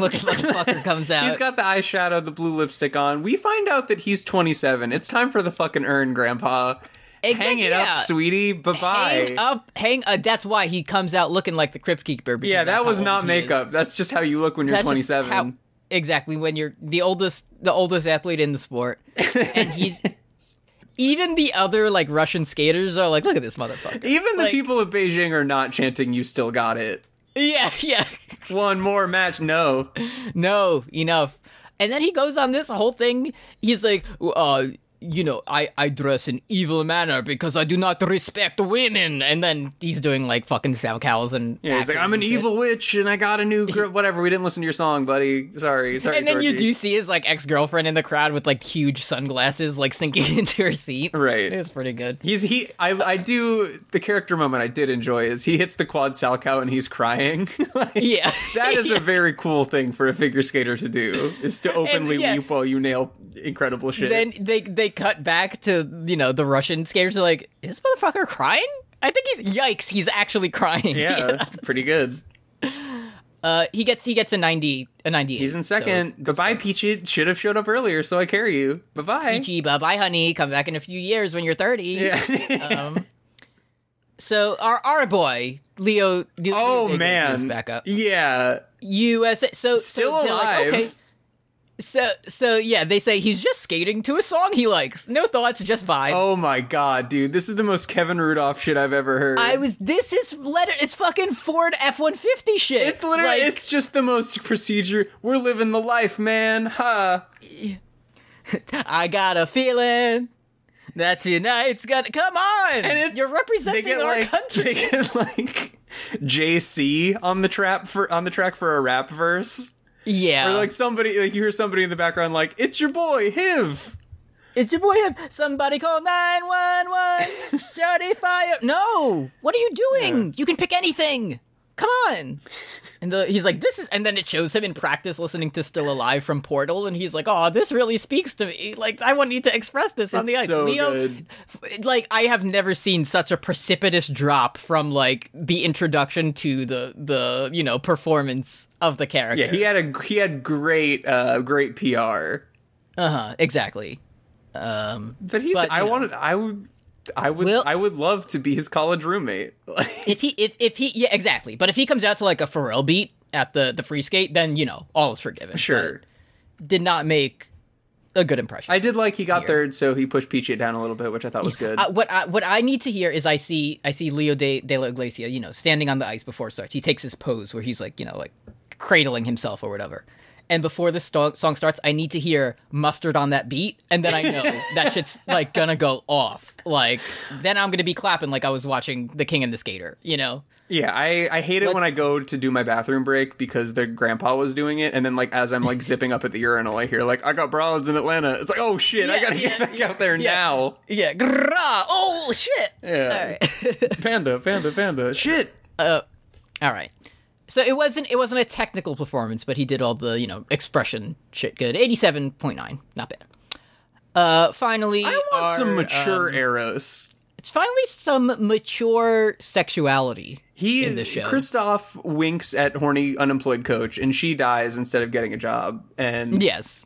looking motherfucker comes out. He's got the eyeshadow, the blue lipstick on. We find out that he's 27. It's time for the fucking urn, Grandpa. Exact- Hang it yeah. up, sweetie. Bye bye. Hang up, hang. Uh, that's why he comes out looking like the Crypt Keeper. because Yeah, that's that how was old not he is. makeup. That's just how you look when you're That's just 27. how- exactly when you're the oldest, the oldest athlete in the sport, and he's even the other like Russian skaters are like, look at this motherfucker. Even the Like- people of Beijing are not chanting, You still got it. Yeah, yeah. One more match, no. No, enough. And then he goes on this whole thing. He's like, uh. You know, I, I dress in evil manner because I do not respect women. And then he's doing like fucking sow cows and Yeah, he's like, accents I'm an and shit. evil witch and I got a new girl. Whatever, we didn't listen to your song, buddy. Sorry, sorry. And then you Georgie. do see his like ex girlfriend in the crowd with like huge sunglasses, like sinking into her seat. Right. it's pretty good. He's he. I I do the character moment I did enjoy is he hits the quad salchow and he's crying. Like, Yeah, that is a very cool thing for a figure skater to do is to openly yeah. weep while you nail incredible shit. then they they cut back to you know the Russian skaters are like, is this motherfucker crying? I think he's yikes. He's actually crying. yeah, that's pretty good. uh, he gets he gets a ninety a ninety. He's in second. Goodbye, Peachy. Should have showed up earlier, so I carry you. Bye bye. Chiba, bye, honey. Come back in a few years when you're thirty. Yeah. um, so our our boy Leo. Leo Oh Iglesias man, is back up. Yeah, USA. So so Still they're like, alive. okay. So so yeah, they say he's just skating to a song he likes. No thoughts, just vibes. Oh my god, dude, this is the most Kevin Rudolph shit I've ever heard. I was this is letter it's fucking Ford F one fifty shit. it's literally Like, it's just the most procedure. We're living the life, man. Huh. I got a feeling that tonight's gonna come on. And it's you're they representing get our like, country. They get like JC on the trap for on the track for a rap verse. Yeah, Or like somebody like you hear somebody in the background like, It's your boy, Hiv. it's your boy. Hip. Somebody call nine one one. Shorty fire. No, what are you doing? You can pick anything. Come on. And the, he's like, this is, and then it shows him in practice listening to "Still Alive" from Portal, and he's like, oh, this really speaks to me. Like, I want you to express this on the It's ice. so Leo, good. f- like, I have never seen such a precipitous drop from like the introduction to the the you know performance of the character. Yeah, he had a he had great uh great PR. uh-huh, exactly. Um, But he's But, you I know. wanted I would I would Will- I would love to be his college roommate. if he if if he yeah exactly but if he comes out to like a Pharrell beat at the the free skate then you know all is forgiven sure. But did not make a good impression I did like he got third, so he pushed Peachy down a little bit, which I thought was good. Uh, what I, what I need to hear is I see I see Leo de, de la Iglesia, you know, standing on the ice before it starts. He takes his pose where he's like, you know, like cradling himself or whatever. And before the sto- song starts, I need to hear mustard on that beat, and then I know that shit's like gonna go off. Like then I'm gonna be clapping like I was watching The King and the Skater, you know. yeah, I, I hate it when I go to do my bathroom break because their grandpa was doing it, and then like as I'm like zipping up at the urinal, I hear like I got broads in Atlanta. It's like oh shit, I Yeah, gotta get yeah, back out there now. Yeah, grrrah, oh shit. Yeah, panda, panda, panda. Shit. All right. So it wasn't it wasn't a technical performance, but he did all the you know expression shit good. Eighty seven point nine, not bad. Uh, finally, I want some our, mature um, eros. it's finally some mature sexuality. He in the show. Kristoff winks at horny unemployed coach, and she dies instead of getting a job. And Yes.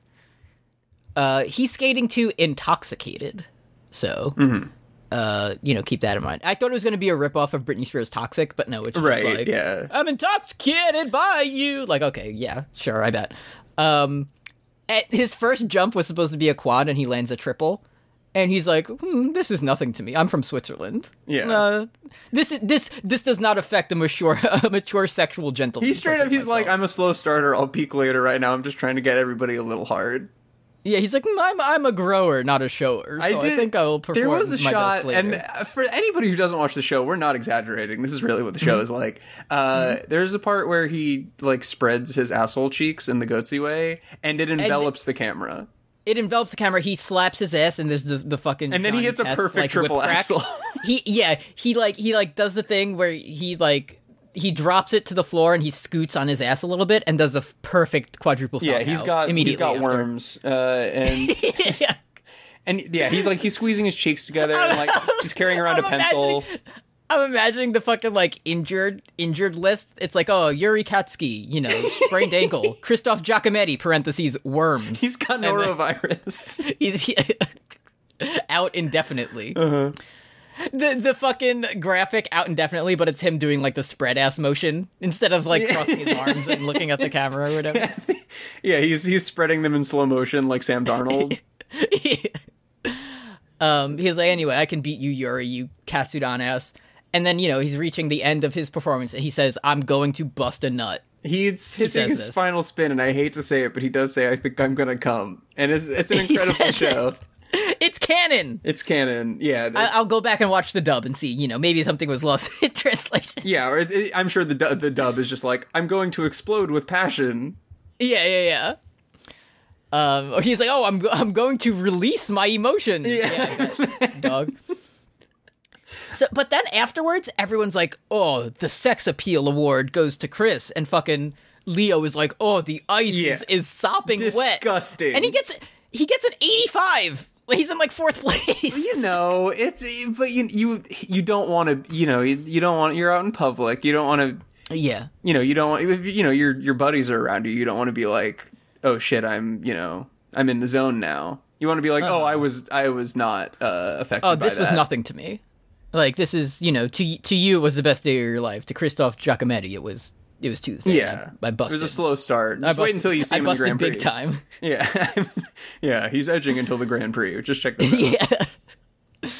Uh, he's skating to intoxicated, so Mm-hmm. uh, you know keep that in mind. I thought it was going to be a ripoff of Britney Spears' "Toxic," but no, it's just right, like yeah. I'm intoxicated by you. Like, okay, yeah, sure, I bet. Um, at his first jump was supposed to be a quad, and he lands a triple. And he's like, hmm, "This is nothing to me. I'm from Switzerland. Yeah. uh, this is this this does not affect a mature a mature sexual gentleman." He straight such up, as he's like, myself. I'm a slow starter. I'll peak later. Right now, I'm just trying to get everybody a little hard. "Yeah, he's like, "Hmm, I'm I'm a grower, not a shower. So I, think I will perform There was a my shot, best later." and uh, for anybody who doesn't watch the show, we're not exaggerating. This is really what the show is like. Uh, There's a part where he like spreads his asshole cheeks in the goatsy way, and it envelops the camera, it envelops the camera. He slaps his ass, and there's the, the fucking. and then Johnny he hits a Test, perfect like, whip triple crack. axle. he yeah he like he like does the thing where he like he drops it to the floor and he scoots on his ass a little bit and does a f- perfect quadruple yeah, salto he's got immediately he's got after. worms, uh, and yeah. and yeah, he's like he's squeezing his cheeks together, and like he's carrying around I'm a pencil. I'm imagining the fucking like injured injured list. It's like oh Yuri Katsky, you know, sprained ankle. Christoph Giacometti parentheses worms. He's got And then- norovirus. He's out indefinitely. The the fucking graphic out indefinitely, but it's him doing like the spread ass motion instead of like crossing his arms and looking at the camera or whatever. yeah, he's he's spreading them in slow motion like Sam Darnold. um, he's like, anyway, I can beat you, Yuri, you Katsudon ass. And then you know he's reaching the end of his performance, and he says, "I'm going to bust a nut." He's hitting says his this. final spin, and I hate to say it, but he does say, "I think I'm gonna come," and it's it's an incredible says show. It's canon. It's canon, yeah, I- that's- I'll go back and watch the dub and see. You know, maybe something was lost in translation. yeah. Or it, it- I'm sure the du- the dub is just like, "I'm going to explode with passion." Yeah, yeah, yeah. Um, or he's like, "Oh, I'm go- I'm going to release my emotions." Yeah, dog. So, but then afterwards, everyone's like, "Oh, the sex appeal award goes to Chris," and fucking Leo is like, "Oh, the ice Yeah. is, is sopping wet," Disgusting. and he gets he gets an eighty-five. He's in like fourth place. you know, it's but you you you don't want to, you know, you, you don't want you're out in public, you don't want to, yeah, you know, you don't want if, you know your your buddies are around you, you don't want to be like, "Oh shit, I'm you know I'm in the zone now." You want to be like, "Oh, I was I was not uh, affected." Uh-huh. oh by this was that. nothing to me like this is you know to to you it was the best day of your life to christoph giacometti it was it was Tuesday. Yeah. Uh, I, I It busted. was a slow start. I Just wait busted- until you see I him in the busted Grand Prix. big time. Yeah, yeah, he's edging until the Grand Prix. Just check this out. yeah.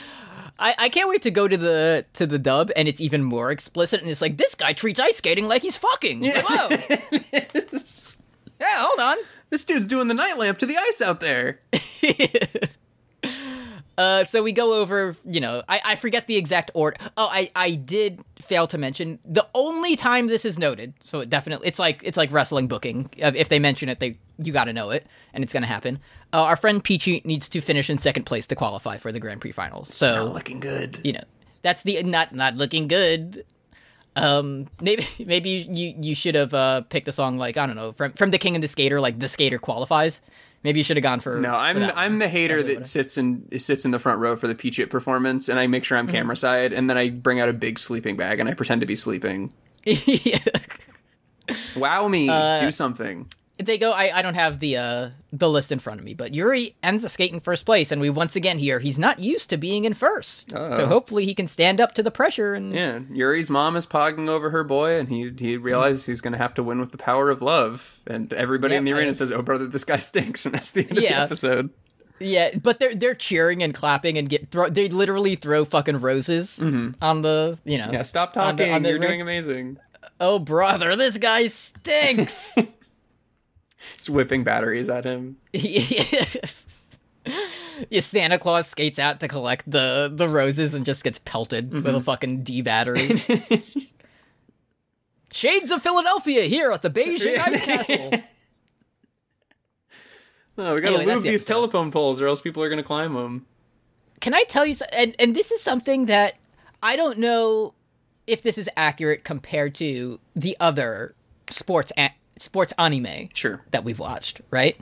I, I can't wait to go to the to the dub and it's even more explicit and it's like this guy treats ice skating like he's fucking. Yeah. Whoa. yeah, hold on. This dude's doing the night lamp to the ice out there. Uh, so we go over, you know, I, I forget the exact order. Oh, I, I did fail to mention the only time this is noted. So it definitely, it's like it's like wrestling booking. Uh, If they mention it, they you got to know it, and it's gonna happen. Uh, our friend Peachy needs to finish in second place to qualify for the Grand Prix finals. So Not looking good. you know that's the not not looking good um maybe maybe you you should have uh picked a song like i don't know from from the king and the skater like the skater qualifies maybe you should have gone for No, I'm I'm the hater that sits in sits in the front row for the Peach It performance, and I make sure I'm Mm-hmm. camera side, and then I bring out a big sleeping bag and I pretend to be sleeping. yeah. Wow me, Uh, do something. they go i i don't have the uh the list in front of me but yuri ends the skate in first place and we once again hear he's not used to being in 1st so hopefully he can stand up to the pressure and Yeah, Yuri's mom is pogging over her boy, and he he Mm-hmm. realizes he's going to have to win with the power of love. And everybody in the Yep, arena I- says, "Oh brother, this guy stinks," and that's the end of the Yeah. episode. Yeah, but they're they're cheering and clapping and get throw. They literally throw fucking roses Mm-hmm. on the you know. Yeah, stop on the- talking. on the You're ring. doing amazing. Oh brother, this guy stinks. It's whipping batteries at him. yeah, Santa Claus skates out to collect the the roses and just gets pelted with a fucking D battery. Shades of Philadelphia here at the Beijing Ice Castle. No, Oh, we gotta Anyway, that's move the these episode. telephone poles, or else people are gonna climb them. can I tell you? so- And and this is something that I don't know if this is accurate compared to the other sports a- sports anime Sure. that we've watched, right?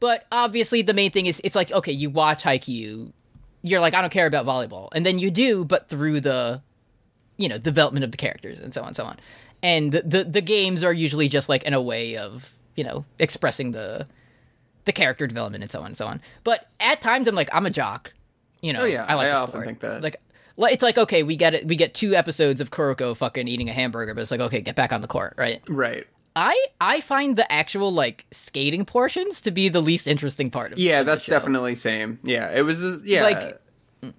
But obviously, the main thing is it's like okay, you watch Haikyuu, you're like I don't care about volleyball, and then you do, but through the you know development of the characters and so on and so on, and the the, the games are usually just like in a way of you know expressing the the character development and so on and so on. But at times, I'm like I'm a jock, you know. Oh, yeah, I like I the often sport. think that. like. like, It's like okay, we get it. We get two episodes of Kuroko fucking eating a hamburger, but it's like okay, get back on the court, right? Right. I I find the actual like skating portions to be the least interesting part of Yeah, of the that's show. definitely same. Yeah, it was. Yeah, Like-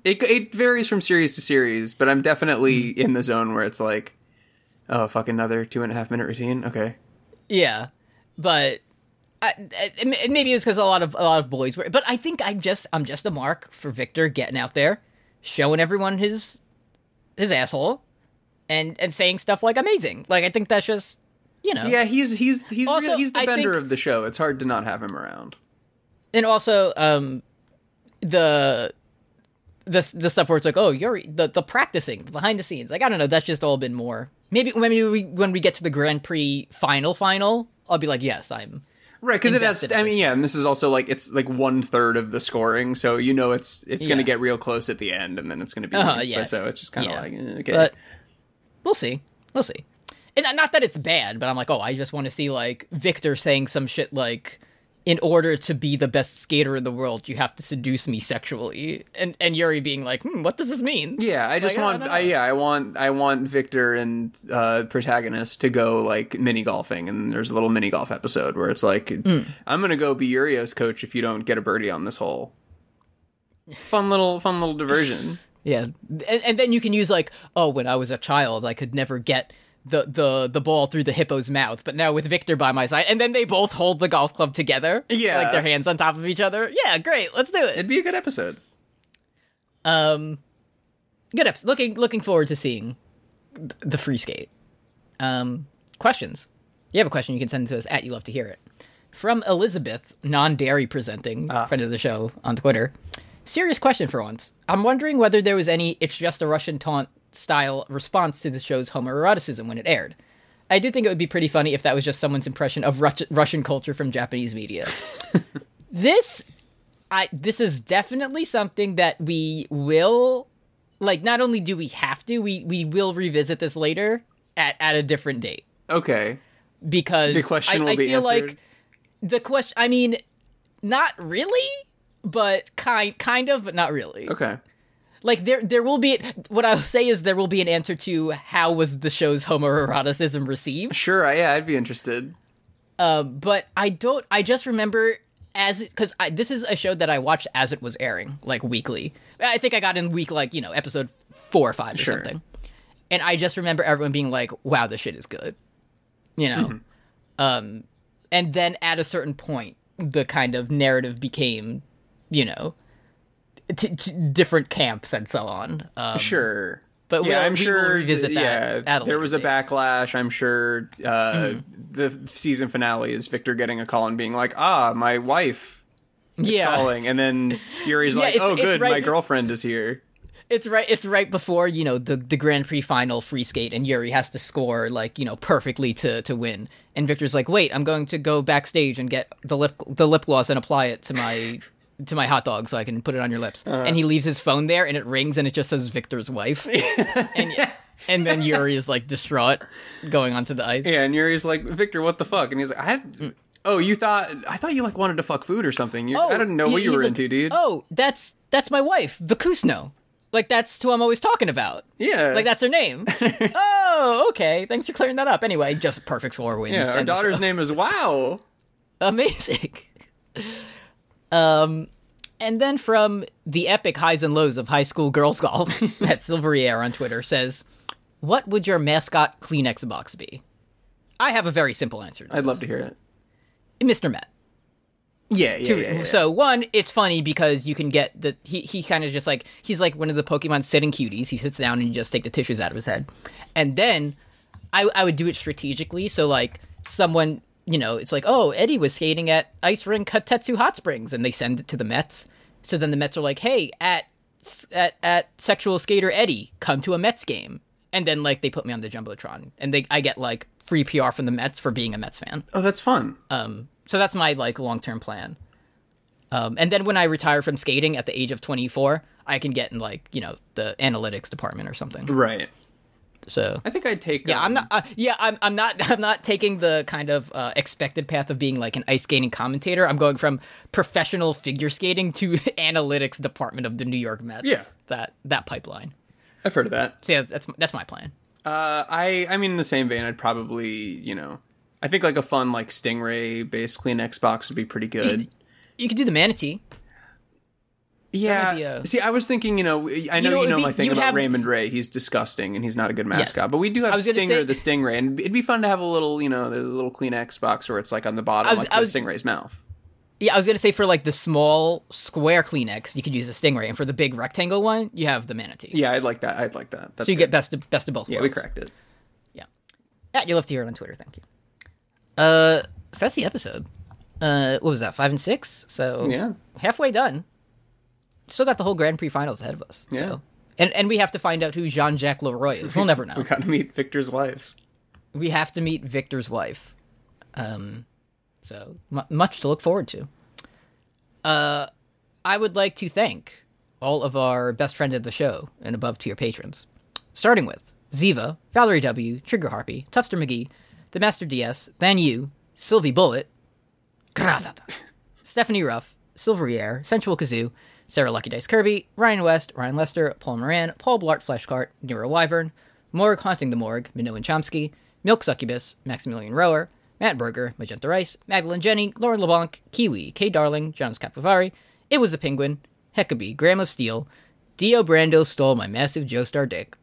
it it varies from series to series, but I'm definitely in the zone where it's like, oh, fuck, another two and a half minute routine. Okay. yeah. But I, I, and maybe it was because a lot of a lot of boys were. But I think I just I'm just a mark for Victor getting out there, showing everyone his his asshole, and and saying stuff like amazing. Like I think that's just you know Yeah, he's he's he's Also, real- he's the I bender think- of the show. It's hard to not have him around. and also um the the the stuff where it's like oh you're the the practicing the behind the scenes like i don't know that's just all been more maybe maybe we, when we get to the grand prix final final i'll be like yes i'm Right, because it has. Invested at I this mean, yeah, and this is also like it's like one third of the scoring, so you know it's it's gonna Yeah. get real close at the end, and then it's gonna be. Uh-huh, yeah. So it's just kind of Yeah. like eh, okay. but we'll see we'll see and not that it's bad but i'm like oh i just want to see like victor saying some shit like in order to be the best skater in the world you have to seduce me sexually and and yuri being like hmm what does this mean Yeah, I just Like, I want. don't I, know. yeah, I want. I want Victor and uh, protagonist to go like mini golfing, and there's a little mini golf episode where it's like, Hmm. I'm gonna go be Yurio's coach if you don't get a birdie on this hole. Fun little, fun little diversion. Yeah, and, and then you can use like, oh, when I was a child, I could never get the the the ball through the hippo's mouth, but now with Victor by my side, and then they both hold the golf club together, Yeah. like their hands on top of each other. Yeah, great, let's do it. It'd be a good episode. Um, good episode. Looking looking forward to seeing th- the free skate. Um, questions. You have a question you can send to us at you love to hear it from Elizabeth, non dairy presenting friend of the show on Twitter. Serious question for once. I'm wondering whether there was any "it's just a Russian taunt" style response to the show's homoeroticism when it aired. I do think it would be pretty funny if that was just someone's impression of Rus- Russian culture from Japanese media. this I this is definitely something that we will like not only do we have to, we we will revisit this later at at a different date Okay, because the question I, will I be feel answered. like the question I mean not really, but kind kind of but not really. okay, Like there, there will be. What I'll say is there will be an answer to how was the show's homoeroticism received. Sure, I- yeah, I'd be interested. Um, but I don't. I just remember as because this is a show that I watched as it was airing, like weekly. I think I got in week like you know episode four or five or Sure. something, and I just remember everyone being like, "Wow, this shit is good," you know. Um, and then at a certain point, the kind of narrative became, you know, t- t- different camps and so on. Um, Sure. But yeah, we'll- I'm we will sure. revisit that Yeah, at a there later was a date. Mm-hmm. backlash. I'm sure. Uh, The season finale is Victor getting a call and being like, "Ah, my wife is yeah, calling," and then Yuri's Yeah, like, it's- "Oh, it's good, right- my girlfriend is here." It's right. It's right before you know the the Grand Prix final free skate, and Yuri has to score like you know perfectly to to win. And Victor's like, "Wait, I'm going to go backstage and get the lip the lip gloss and apply it to my to my hot dog so I can put it on your lips." Uh-huh. And he leaves his phone there, and it rings, and it just says Victor's wife. and and then Yuri is like distraught, going onto the ice. Yeah, and Yuri's like, "Victor, what the fuck?" And he's like, "I." Mm. Oh, you thought I thought you like wanted to fuck food or something. You, I didn't know Oh, he- what you he's were like, into, dude. Oh, that's that's my wife, Vakusno. Like that's who I'm always talking about. yeah, Like that's her name. oh, okay. Thanks for clearing that up. Anyway, just perfect score wins. Yeah, our End the daughter's show. name is Wow. amazing. um, and then from the epic highs and lows of high school girls golf, at Silverier on Twitter says, "What would your mascot Kleenex box be?" I have a very simple answer. to I'd love to this. hear it. Mr. Met. Yeah, yeah, yeah. yeah. So one, it's funny because you can get the he he kind of just like he's like one of the Pokemon sitting cuties. He sits down and you just take the tissues out of his head, and then I I would do it strategically. So like someone you know it's like oh Eddie was skating at ice rink Katetsu Hot Springs, and they send it to the Mets. So then the Mets are like hey at at at sexual skater Eddie come to a Mets game, and then like they put me on the jumbotron, and they I get like free PR from the Mets for being a Mets fan. oh, that's fun. Um, so that's my like long term plan. Um, and then when I retire from skating at the age of 24, I can get in like you know the analytics department or something. right. So I think I'd take. yeah, I'm not. Uh, yeah, I'm. I'm not. I'm not taking the kind of uh, expected path of being like an ice skating commentator. I'm going from professional figure skating to analytics department of the New York Mets. Yeah. that that pipeline. I've heard of that. So yeah, that's that's my plan. Uh, I I mean, in the same vein, I'd probably you know, I think like a fun like stingray based Kleenex box would be pretty good. You could do the manatee. Yeah. might be a- See, I was thinking, you know, I know you know, know, it'd be- my thing you'd about have- Raymond Ray. He's disgusting and he's not a good mascot. But we do I have was gonna Stinger say- the Stingray, and it'd be fun to have a little, you know, the little Kleenex box where it's like on the bottom, I was- like I the was- Stingray's mouth. Yeah, I was gonna say for like the small square Kleenex, you could use a stingray, and for the big rectangle one, you have the manatee. Yeah, I'd like that. I'd like that. That's so you good. get best of best of both. Yeah, we worlds. cracked it. Yeah, you'll have to hear it on Twitter. Thank you. Uh, so that's the episode. Uh, what was that? Five and six. So Yeah. halfway done. Still got the whole Grand Prix finals ahead of us. Yeah. So. And and we have to find out who Jean Jacques Leroy is. We'll never know. We got to meet Victor's wife. we have to meet Victor's wife. Um, so mu much to look forward to. Uh, I would like to thank all of our best friend of the show and above tier patrons, starting with Ziva, Valerie W, Trigger Harpy, Tufster McGee, the Master DS, Than You, Sylvie Bullet, Gratata. Stephanie Ruff, Silverier, Sensual Kazoo, Sarah Lucky Dice Kirby, Ryan West, Ryan Lester, Paul Moran, Paul Blart Fleshcart, Nero Wyvern, Morgue Haunting the Morgue, Minoan Chomsky, Milk Succubus, Maximilian Rower, Matt Berger, Magenta Rice, Madeline Jenny, Lauren LeBlanc, Kiwi, K Darling, Jonas Capivari, It Was a Penguin, Heckabee, Graham of Steel, Dio Brando Stole My Massive Joestar Dick,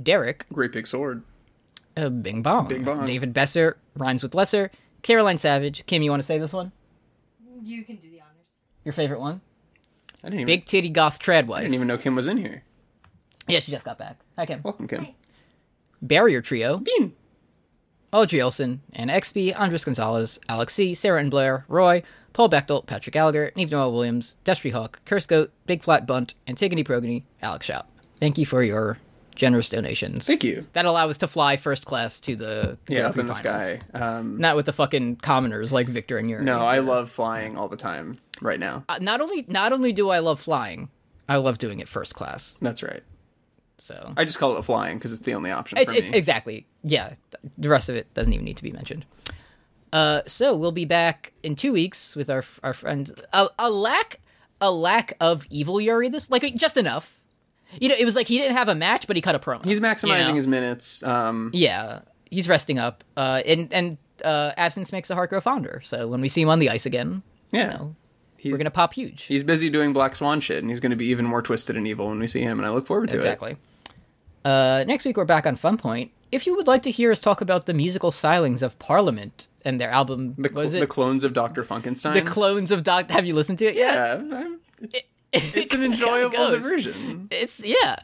Derek, Great big sword. uh, Bing Bong, Bing Bong. David Besser, Rhymes with Lesser, Caroline Savage, Kim, you want to say this one? You can do the honors. Your favorite one? I didn't even, Big titty goth I tradwife. didn't even know Kim was in here. Yeah, she just got back. Hi, Kim. Welcome, Kim. Barrier Trio, Bean. Audrey Olson, and XB, Andres Gonzalez, Alex C, Sarah and Blair, Roy, Paul Bechtel, Patrick Gallagher, Neve Noel Williams, Destry Hawk, Curse Goat, Big Flat Bunt, Antigone Progony, Alex Schaub. Thank you for your generous donations. Thank you. That allow us to fly first class to the Yeah, Grand up in the Prix finals. sky. Um, Not with the fucking commoners like uh, Victor and Yuri. no, I love flying all the time right now. Uh, not only not only do I love flying, I love doing it first class. That's right. So I just call it flying because it's the only option It's, for it's, me. exactly. Yeah. th- The rest of it doesn't even need to be mentioned. Uh, so we'll be back in two weeks with our our friends. A, a lack, a lack of evil Yuri. This like just enough. You know, it was like he didn't have a match, but he cut a promo. He's maximizing you know? his minutes. Um, Yeah, he's resting up. Uh, and and uh, absence makes the heart grow fonder. So when we see him on the ice again, yeah. you know, we're gonna pop huge. He's busy doing Black Swan shit, and he's going to be even more twisted and evil when we see him, and I look forward to it. exactly. Uh, next week we're back on Fun Point. If you would like to hear us talk about the musical stylings of Parliament and their album, The, cl- was it the clones of Dr. Funkenstein. the clones of Doc? Have you listened to it yet? yeah, I'm- it's an kinda how it enjoyable goes. diversion. It's yeah.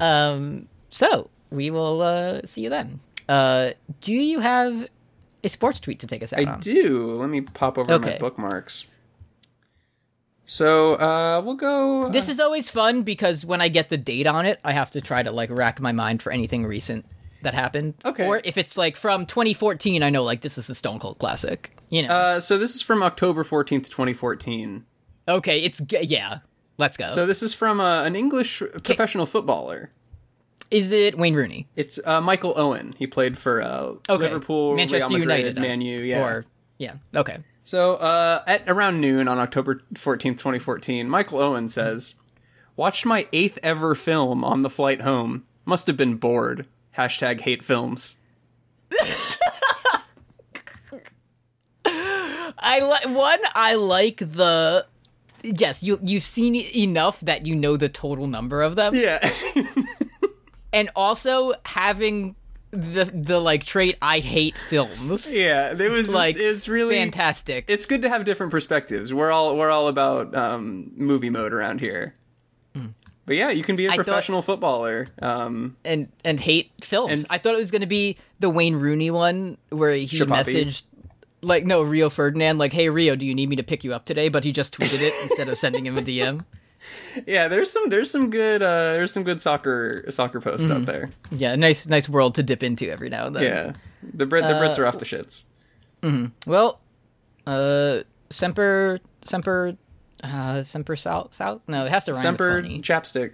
Um. So we will uh, see you then. Uh, do you have a sports tweet to take us out I on? do. Let me pop over my Um, Okay. bookmarks. So uh, we'll go. This is always fun because when I get the date on it, I have to try to like rack my mind for anything recent that happened. Okay. Or if it's like from 2014, I know like this is the Stone Cold classic. You know. uh, so this is from October fourteenth, twenty fourteen. okay, it's g- yeah. Let's go. So this is from uh, an English professional footballer. is it Wayne Rooney? It's uh, Michael Owen. He played for uh, Okay. Liverpool, Manchester Real Madrid, United. uh, Man U. Yeah. Or yeah. Okay. So, uh, at around noon on October 14th, 2014, Michael Owen says, Watched my eighth ever film on the flight home. Must have been bored. Hashtag hate films. I like one. I like the. Yes, you you've seen e- enough that you know the total number of them, Yeah. and also having the the like trait I hate films. yeah. It was just- Like it's really fantastic. It's good to have different perspectives. We're all we're all about um, movie mode around here. Hmm. But yeah, you can be a I thought- professional footballer. Um, and and hate films. And- I thought it was going to be the Wayne Rooney one where he Shapapi. messaged like no Rio Ferdinand like hey Rio do you need me to pick you up today but he just tweeted it instead of sending him a DM. yeah, there's some there's some good uh, there's some good soccer soccer posts Mm-hmm. out there. Yeah, nice nice world to dip into every now and then. Yeah, the Brit the Brits Uh, are off the shits. Well, uh semper semper uh semper sal sal no it has to rhyme Semper with funny. chapstick.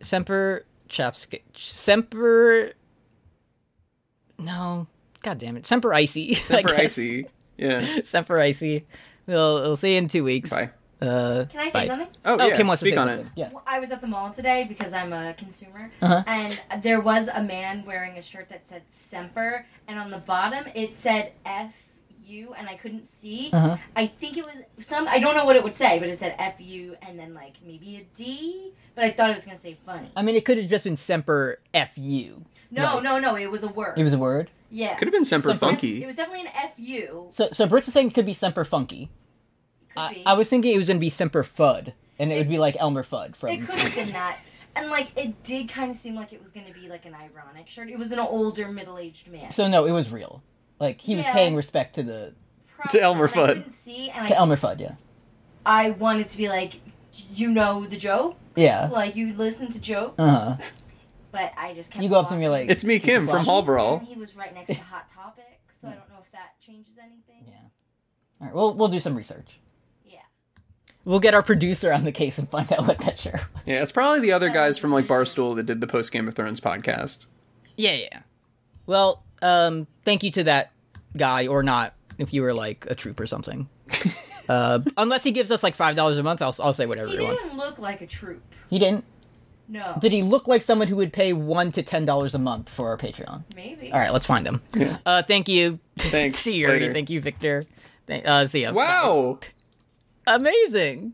semper chapstick semper no god damn it semper icy I Semper guess. icy. Yeah. Semper Icy. We'll, we'll see you in two weeks. Bye. Uh, Can I say Bye. something? Oh, oh, yeah. Kim wants to Speak say on something. it. Yeah. Well, I was at the mall today because I'm a consumer, Uh-huh. and there was a man wearing a shirt that said Semper, and on the bottom it said F U, and I couldn't see. Uh-huh. I think it was some. I don't know what it would say, but it said F U, and then like maybe a D. But I thought it was gonna say funny. I mean, it could have just been Semper Fu. No, Right. no, no. It was a word. It was a word. yeah. Could have been Semper It was def- Funky. It was definitely an F U. So, so Brooks is saying it could be Semper Funky. Could I, be. I was thinking it was going to be Semper Fud, and it would be like Elmer Fudd It from. could have been that. And like it did kind of seem like it was gonna be like an ironic shirt. It was an older middle-aged man. So no, it was real. Like he was Yeah. paying respect to the Probably, To Elmer and I Fudd. couldn't see, and I to Elmer Fudd. Yeah. I wanted to be like, you know the joke. Yeah. Like you listen to jokes, Uh huh. but I just kept. You go up to him, walking. you're like, It's me, Kim, from Slash. Hall And Brawl. he was right next to Hot Topic, so I don't know if that changes anything. Yeah. All right, we'll we'll do some research. Yeah. We'll get our producer on the case and find out what that shirt was. Yeah, it's probably the Uh, other guys from like Barstool that did the post Game of Thrones podcast. Yeah, yeah, yeah. Well, um, thank you to that guy or not if you were like a troop or something. uh, unless he gives us like five dollars a month, I'll I'll say whatever He he, wants. didn't look like a troop. He didn't. No. Did he look like someone who would pay one to ten dollars a month for our Patreon? Maybe. All right, let's find him. Uh, thank you. Thanks. see you. Ernie. Later. Thank you, Victor. Thank, uh, see ya. Wow. Amazing.